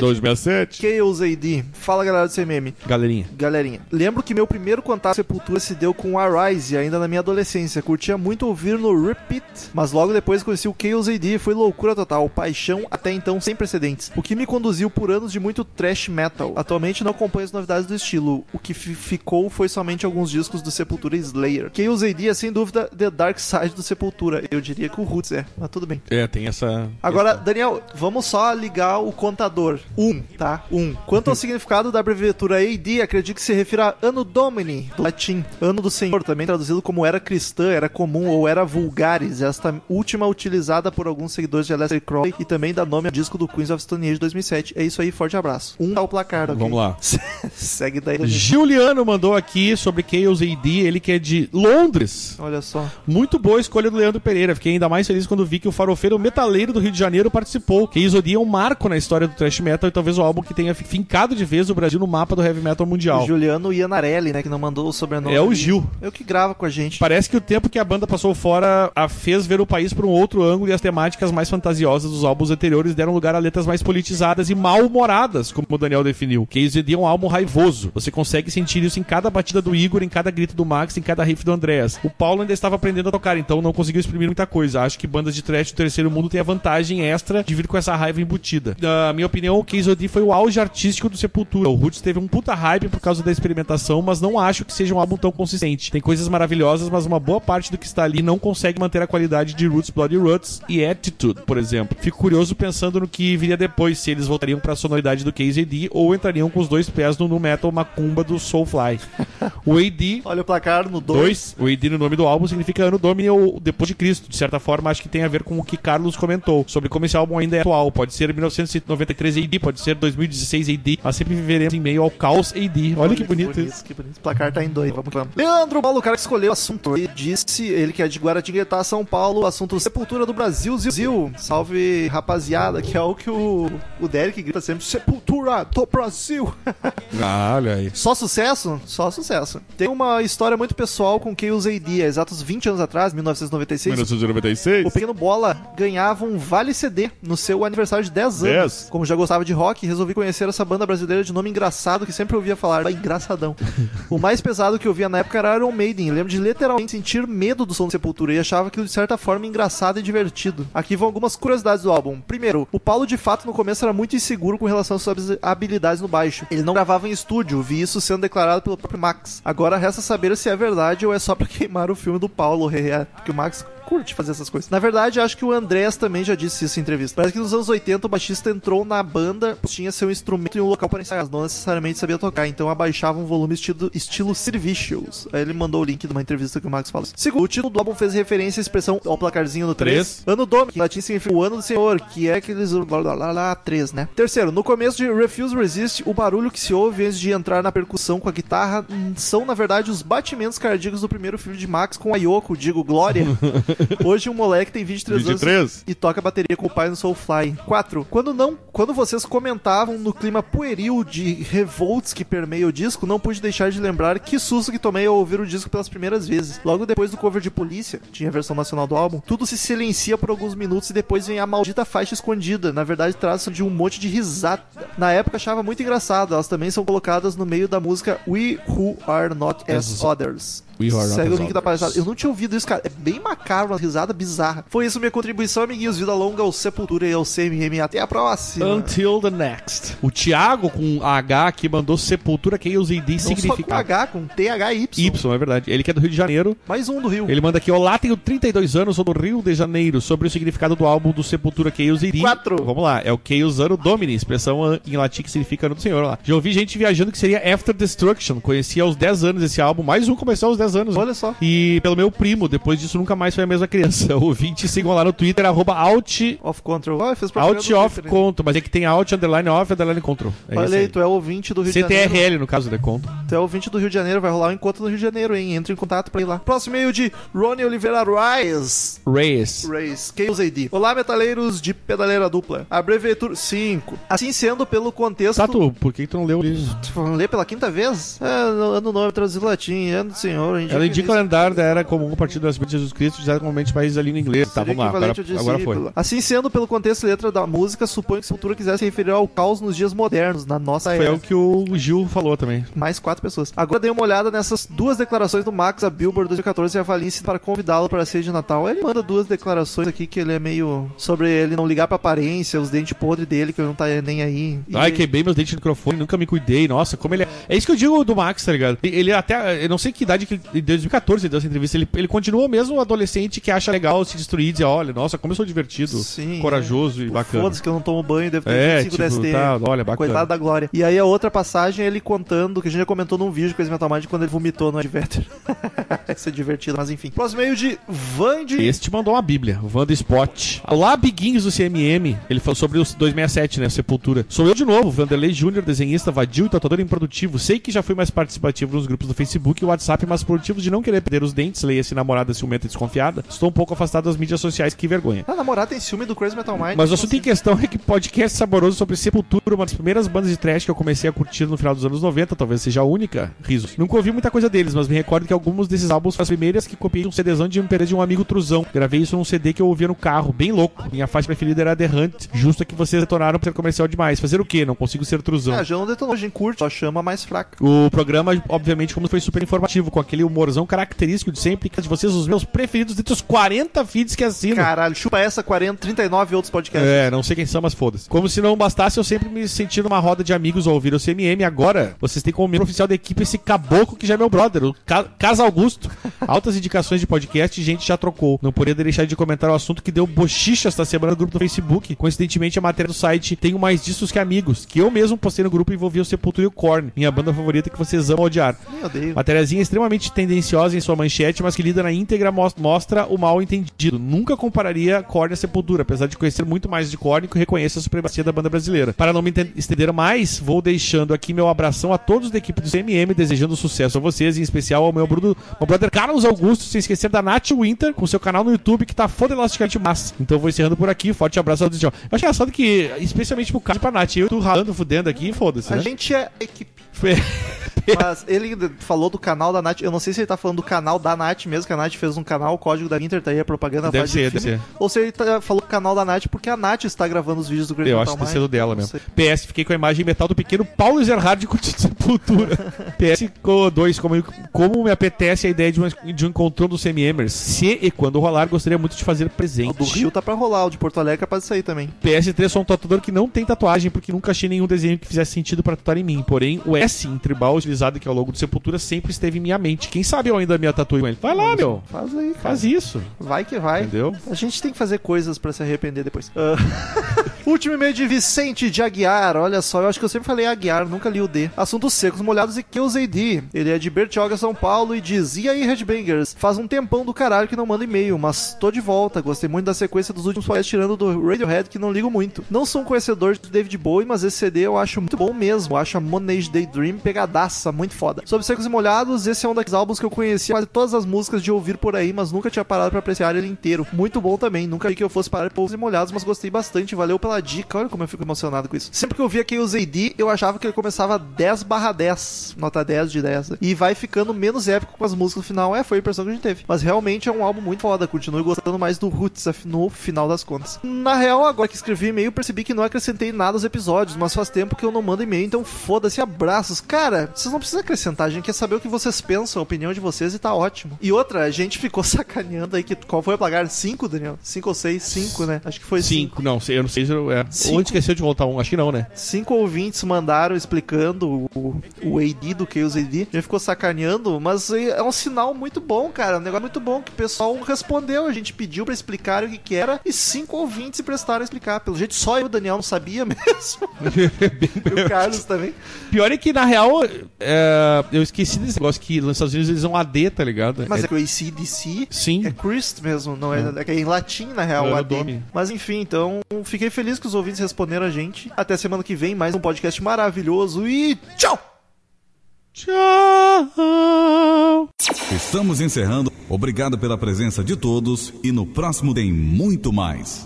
[SPEAKER 7] 267.
[SPEAKER 2] tipo
[SPEAKER 1] Chaos AD. Fala galera do CMM.
[SPEAKER 2] Galerinha.
[SPEAKER 1] Galerinha, lembro que meu primeiro contato com Sepultura se deu com Arise, ainda na minha adolescência. Curtia muito ouvir no Repeat, mas logo depois conheci o Chaos AD e foi loucura total, paixão até então sem precedentes, o que me conduziu por anos de muito thrash metal. Atualmente não acompanho as novidades do estilo, o que fi- ficou foi somente alguns discos do Sepultura e Slayer. Chaos AD é sem dúvida The Dark Side do Sepultura, eu diria que o Roots é, mas tudo bem.
[SPEAKER 2] É, tem essa.
[SPEAKER 1] Agora, Daniel, vamos só ligar o contador. Um, tá? Um.
[SPEAKER 2] Uhum.
[SPEAKER 1] Quanto ao significado da abreviatura AD, acredito que se refira a Anno Domini, do latim, Ano do Senhor, também traduzido como era cristã, era comum ou era vulgares, esta última utilizada por alguns seguidores de Aleister Crowley e também dá nome ao disco do Queens of Stone Age de 2007. É isso aí, forte abraço. Um tá o placar, ok?
[SPEAKER 2] Vamos lá.
[SPEAKER 1] Segue daí. Daniel.
[SPEAKER 2] Juliano mandou aqui sobre Chaos AD, ele que é de Londres.
[SPEAKER 1] Olha só.
[SPEAKER 2] Muito boa a escolha do Leandro Pereira. Fiquei ainda mais feliz quando vi que o farofeiro metaleiro do Rio de Janeiro participou. Chaos AD é um marco na história do thrash metal e talvez o álbum que tenha fincado de vez o Brasil no mapa do heavy metal mundial.
[SPEAKER 1] Juliano Ianarelli, né, que não mandou o sobrenome.
[SPEAKER 2] É o
[SPEAKER 1] ali.
[SPEAKER 2] Gil.
[SPEAKER 1] É o que grava com a gente.
[SPEAKER 2] Parece que o tempo que a banda passou fora a fez ver o país por um outro ângulo e as temáticas mais fantasiosas dos álbuns anteriores deram lugar a letras mais politizadas e mal-humoradas, como o Daniel definiu. Case é um álbum raivoso. Você consegue sentir isso em cada batida do Igor, em cada grito do Max, em cada riff do Andreas. O Paulo ainda estava aprendendo a tocar, então não conseguiu exprimir muita coisa. Acho que bandas de trash do terceiro mundo têm a vantagem extra de vir com essa raiva embutida. Na minha opinião, o Case OD foi o auge artístico do Sepultura. O Roots teve um puta hype por causa da experimentação, mas não acho que seja um álbum tão consistente. Tem coisas maravilhosas, mas uma boa parte do que está ali não consegue manter a qualidade de Roots, Bloody Roots e Attitude, por exemplo. Fico curioso pensando no que viria depois, se eles voltariam pra sonoridade do Case AD ou entrariam com os dois pés no nu metal macumba do Soulfly. O AD
[SPEAKER 1] Olha o placar no 2.
[SPEAKER 2] 2, o ID no nome do álbum significa Ano Domini ou Depois de Cristo. De certa forma, acho que tem a ver com o que Carlos comentou sobre como esse álbum ainda é atual. Pode ser 1993 AD, pode ser 2016 AD, mas sempre viveremos em meio ao caos AD. Olha que bonito isso.
[SPEAKER 1] Que bonito. O placar tá em dois. Vamos que vamos. Leandro Paulo, o cara que escolheu o assunto. Ele disse, ele que é de Guaratinguetá, São Paulo. o Assunto Sepultura do Brasil, Zil. Zil. Salve, rapaziada, que é o que o, o Derek grita sempre. Sepultura do Brasil.
[SPEAKER 2] Ah, olha aí.
[SPEAKER 1] Só sucesso? Só sucesso. Tem uma história muito pessoal com quem usei dia. Exatos 20 anos atrás, 1996,
[SPEAKER 7] 1996.
[SPEAKER 1] o Pequeno Bola ganhava um Vale CD no seu aniversário de 10 anos.
[SPEAKER 7] 10.
[SPEAKER 1] Como já gostava de rock, resolvi conhecer essa banda brasileira de nome engraçado que sempre ouvia falar. Vai, engraçadão. o mais pesado que eu via na época era Iron Maiden. Lembro de literalmente sentir medo do som do Sepultura e achava aquilo de certa forma engraçado e divertido. Aqui vão algumas curiosidades do álbum. Primeiro, o Paulo de fato no começo era muito inseguro com relação às suas habilidades no baixo. Ele não gravava em estúdio, vi isso sendo declarado pelo próprio Max. Agora resta saber se é verdade ou é só pra queimar o filme do Paulo, porque o Max curte fazer essas coisas. Na verdade, acho que o Andrés também já disse isso em entrevista. Parece que nos anos 80 o baixista entrou na banda, tinha seu instrumento e um local para ensaiar, não necessariamente sabia tocar, então abaixava um volume estilo, estilo Servicials. Aí ele mandou o link de uma entrevista que o Max fala. Segundo, o título do álbum fez referência à expressão ao placarzinho no 3. Ano do em latim significa o ano do senhor, que é aqueles blá blá blá blá 3, né? Terceiro, no começo de Refuse Resist, o barulho que se ouve antes de entrar na percussão com a guitarra hum, são, na verdade, os batimentos cardíacos do primeiro filho de Max com a Yoko, digo Glória. Hoje um moleque tem 23, anos
[SPEAKER 7] 23?
[SPEAKER 1] e toca bateria com o pai no Soulfly. 4. Quando não, quando vocês comentavam no clima pueril de revolts que permeia o disco, não pude deixar de lembrar que susto que tomei ao ouvir o disco pelas primeiras vezes. Logo depois do cover de Polícia, tinha a versão nacional do álbum, tudo se silencia por alguns minutos e depois vem a maldita faixa escondida. Na verdade, traça de um monte de risada. Na época achava muito engraçado, elas também são colocadas no meio da música We Who Are Not As Others.
[SPEAKER 2] We Are Not
[SPEAKER 1] Segue
[SPEAKER 2] As
[SPEAKER 1] o link da
[SPEAKER 2] Others.
[SPEAKER 1] palhaçada. Eu não tinha ouvido isso, cara. É bem macabro, uma risada bizarra. Foi isso minha contribuição, amiguinhos. Vida longa ao Sepultura e ao CMM. Até a próxima.
[SPEAKER 2] Until the next. O Thiago com H que é mandou Sepultura Chaos AD
[SPEAKER 1] não só com
[SPEAKER 2] significa
[SPEAKER 1] H, com THY.
[SPEAKER 2] Y, é verdade. Ele que é do Rio de Janeiro.
[SPEAKER 1] Mais um do Rio.
[SPEAKER 2] Ele manda aqui, olá, tenho 32 anos, sou do Rio de Janeiro, sobre o significado do álbum do Sepultura Chaos e...
[SPEAKER 1] Quatro.
[SPEAKER 2] Vamos lá, é o Chaos Anno Domini, expressão an- em latim que significa ano do Senhor, olha lá. Já ouvi gente viajando que seria After Destruction, conheci aos 10 anos esse álbum, mais um começou aos 10 anos.
[SPEAKER 1] Olha só.
[SPEAKER 2] E pelo meu primo, depois disso nunca mais foi a mesma criança. Ouvinte, sigam lá no Twitter, arroba out...
[SPEAKER 1] Off Control. Ah, fez propaganda
[SPEAKER 2] Out
[SPEAKER 1] do
[SPEAKER 2] of
[SPEAKER 1] Twitter, hein?
[SPEAKER 2] conto, mas é que tem out, underline off, underline control. É isso
[SPEAKER 1] Olha aí,
[SPEAKER 2] aí.
[SPEAKER 1] tu é ouvinte do Rio de Janeiro.
[SPEAKER 2] CTRL, no caso, de conto.
[SPEAKER 1] Tu é ouvinte do Rio de Janeiro, vai rolar um encontro no Rio de Janeiro, hein? Entra em contato pra ir lá. Próximo e-mail de Rony Oliveira Rice.
[SPEAKER 2] Reyes.
[SPEAKER 1] Race, Chaos AD. Olá, metaleiros de pedaleira dupla. Abreviatura 5. Assim sendo, pelo contexto.
[SPEAKER 2] Tato, por que que tu não leu isso?
[SPEAKER 1] Ler pela quinta vez? É, ano novo, traduzido do latim, ano do senhor.
[SPEAKER 2] Ela indica o calendário da era comum partido das de Jesus Cristo, já comumente países da língua inglesa. Tá,
[SPEAKER 1] Seria
[SPEAKER 2] vamos lá. Agora,
[SPEAKER 1] equivalente ao
[SPEAKER 2] agora
[SPEAKER 1] discípulo.
[SPEAKER 2] foi.
[SPEAKER 1] Assim sendo, pelo contexto e letra da música, suponho que Sepultura quisesse se referir ao caos nos dias modernos, na nossa
[SPEAKER 2] Foi
[SPEAKER 1] era.
[SPEAKER 2] o que o Gil falou também.
[SPEAKER 1] Mais quatro pessoas. Agora dei uma olhada nessas duas declarações do Max, a Billboard 2014 e a Valice para convidá-lo para a ceia de Natal. Ele manda duas declarações aqui que ele é meio sobre ele não ligar pra aparência, os dentes podres dele, que ele não tá nem aí. E-
[SPEAKER 2] Ai, quebrei meus dentes no microfone, nunca me cuidei. Nossa, como ele é. É isso que eu digo do Max, tá ligado? E- Ele até. Eu não sei que idade que ele. Em 2014 ele deu essa entrevista. Ele, ele continua mesmo um adolescente que acha legal se destruir e dizer, olha, nossa, como eu sou divertido,
[SPEAKER 1] Sim,
[SPEAKER 2] corajoso e bacana.
[SPEAKER 1] Foda-se que eu não tomo banho, deve ter
[SPEAKER 2] É,
[SPEAKER 1] 25
[SPEAKER 2] tipo,
[SPEAKER 1] DST.
[SPEAKER 2] tá, olha, bacana.
[SPEAKER 1] Coitado da Glória. E aí a outra passagem é ele contando, que a gente já comentou num vídeo com esse Metal Mind, quando ele vomitou no Adverter. Isso é divertido, mas enfim. Próximo meio de Vande.
[SPEAKER 2] Este mandou uma bíblia, Wanda Spot. Olá, biguinhos do CMM. Ele falou sobre os 267, né? Sepultura. Sou eu de novo, Vanderlei Júnior, desenhista, vadio e tatuador improdutivo. Sei que já fui mais participativo nos grupos do Facebook e WhatsApp, mas por motivos de não querer perder os dentes, leia-se namorada ciumenta e desconfiada, estou um pouco afastado das mídias sociais, que vergonha.
[SPEAKER 1] Ah, namorada tem ciúme do Crazy Metal Mind.
[SPEAKER 2] Mas o assunto em questão é que podcast saboroso sobre Sepultura, uma das primeiras bandas de trash que eu comecei a curtir no final dos anos 90, talvez seja a única, risos. Nunca ouvi muita coisa deles, mas me recordo que alguns desses álbuns foram as primeiras que copiei de um CDzão de um de um amigo truzão. Gravei isso num CD que eu ouvia no carro, bem louco. Minha faixa preferida era The Hunt, justo a que vocês detonaram por ser comercial demais. Fazer o quê? Não consigo ser truzão.
[SPEAKER 1] Ah, já não detonou, a gente curte, só chama mais fraca.
[SPEAKER 2] O programa, obviamente, como foi super informativo, com aquele humorzão característico de sempre, que é de vocês, os meus preferidos dentre os 40 feeds que assinam.
[SPEAKER 1] Caralho, chupa essa 40, 39 outros podcasts.
[SPEAKER 2] É, não sei quem são, mas foda-se. Como se não bastasse eu sempre me sentir numa roda de amigos ao ouvir o CMM. Agora, vocês têm como membro oficial da equipe esse caboclo que já é meu brother, o Ca Casa Augusto. Altas indicações de podcast, gente já trocou. Não poderia deixar de comentar o assunto que deu bochicha esta semana no grupo do Facebook. Coincidentemente, a matéria do site Tenho Mais Distos Que Amigos, que eu mesmo postei no grupo e envolvia o Sepultura e o Korn, minha banda favorita que vocês amam odiar.
[SPEAKER 1] Ih, odeio.
[SPEAKER 2] Matériazinha extremamente tendenciosa em sua manchete, mas que lida na íntegra mos- mostra o mal entendido. Nunca compararia Korn a Sepultura, apesar de conhecer muito mais de Korn que reconheço a supremacia da banda brasileira. Para não me enten- estender mais, vou deixando aqui meu abração a todos da equipe do CMM, desejando sucesso a vocês, em especial ao meu, brudo, meu brother Carlos Augusto, sem esquecer da Nath Winter, com seu canal no YouTube, que tá foda elasticamente massa. Então vou encerrando por aqui, forte abraço a todos. tchau. Eu acho engraçado que, especialmente pro Carlos e pra Nath, eu tô ralando, fudendo aqui, foda-se,
[SPEAKER 1] A
[SPEAKER 2] né?
[SPEAKER 1] gente é equipe.
[SPEAKER 2] Foi-
[SPEAKER 1] Mas ele ainda falou do canal da Nath. Eu não sei se ele tá falando do canal da Nath mesmo, que a Nath fez um canal, o código da Inter, tá aí a propaganda.
[SPEAKER 2] Deve
[SPEAKER 1] faz de
[SPEAKER 2] ser, deve
[SPEAKER 1] filme.
[SPEAKER 2] ser.
[SPEAKER 1] Ou se ele tá- falou do canal da Nath, porque a Nath está gravando os vídeos do Great
[SPEAKER 2] Eu
[SPEAKER 1] Metal
[SPEAKER 2] acho que tem
[SPEAKER 1] Mind.
[SPEAKER 2] sido dela
[SPEAKER 1] Não
[SPEAKER 2] mesmo.
[SPEAKER 1] sei.
[SPEAKER 2] PS, fiquei com a imagem metal do pequeno Paulo Zerhard curtindo Sepultura. PS2, como, como me apetece a ideia de um, de um encontro dos CMMers. Se e quando rolar, gostaria muito de fazer
[SPEAKER 1] O
[SPEAKER 2] presente.
[SPEAKER 1] do Rio tá pra rolar, o de Porto Alegre é capaz de sair também.
[SPEAKER 2] PS3 sou um tatuador que não tem tatuagem porque nunca achei nenhum desenho que fizesse sentido pra tatuar em mim. Porém, o S em tribal personalizada que é o logo do Sepultura sempre esteve em minha mente. Quem sabe eu ainda me atatuo com ele. Vai lá, meu.
[SPEAKER 1] Faz aí, cara.
[SPEAKER 2] Faz isso.
[SPEAKER 1] Vai que vai.
[SPEAKER 2] Entendeu?
[SPEAKER 1] A gente tem que fazer coisas pra se arrepender depois. Ah. Último e-mail de Vicente de Aguiar. Olha só, eu acho que eu sempre falei Aguiar, nunca li o D. Assuntos secos, molhados e que usei D. Ele é de Bertioga, São Paulo e diz: E aí, Redbangers? Faz um tempão do caralho que não mando e-mail, mas tô de volta. Gostei muito da sequência dos últimos podcasts, tirando do Radiohead, que não ligo muito. Não sou um conhecedor de David Bowie, mas esse CD eu acho muito bom mesmo. Acho a Monage Daydream pegadaça, muito foda. Sobre Secos e Molhados, esse é um daqueles álbuns que eu conhecia quase todas as músicas de ouvir por aí, mas nunca tinha parado pra apreciar ele inteiro. Muito bom também, nunca vi que eu fosse parar por Secos e Molhados, mas gostei bastante, valeu pela dica. Olha como eu fico emocionado com isso. Sempre que eu via que o ZD, eu achava que ele começava 10 barra 10, nota 10 de 10, e vai ficando menos épico com as músicas no final. É, foi a impressão que a gente teve. Mas realmente é um álbum muito foda, continue gostando mais do Roots af- no final das contas. Na real, agora que escrevi e-mail, percebi que não acrescentei nada aos episódios, mas faz tempo que eu não mando e-mail, então foda-se, abraços. Cara, vocês não precisam acrescentar, a gente quer saber o que vocês pensam, a opinião de vocês e tá ótimo. E outra, a gente ficou sacaneando aí que qual foi o placar? 5, Daniel? 5 ou 6? 5, né? Acho que foi 5.
[SPEAKER 2] Cinco. Não, sei- eu não sei se eu, é.
[SPEAKER 1] Cinco.
[SPEAKER 2] Ou a gente esqueceu de voltar um. Acho que não, né?
[SPEAKER 1] Cinco ouvintes mandaram explicando o, o AD do Chaos AD. Já ficou sacaneando, mas é um sinal muito bom, cara. Um negócio muito bom que o pessoal respondeu. A gente pediu pra explicar o que, que era e cinco ouvintes se prestaram a explicar. Pelo jeito, só eu e o Daniel não sabia mesmo. e o Carlos também.
[SPEAKER 2] Pior é que, na real, é, eu esqueci desse negócio que nos Estados Unidos eles são AD, tá ligado?
[SPEAKER 1] Mas
[SPEAKER 2] É-
[SPEAKER 1] é que o ACDC
[SPEAKER 2] Sim.
[SPEAKER 1] é Christ mesmo, não é, é em latim, na real,
[SPEAKER 2] É,
[SPEAKER 1] o
[SPEAKER 2] é
[SPEAKER 1] AD.
[SPEAKER 2] nome.
[SPEAKER 1] Mas enfim, então fiquei feliz que os ouvintes responderam a gente. Até semana que vem, mais um podcast maravilhoso e tchau!
[SPEAKER 2] Tchau!
[SPEAKER 9] Estamos encerrando. Obrigado pela presença de todos e no próximo tem muito mais.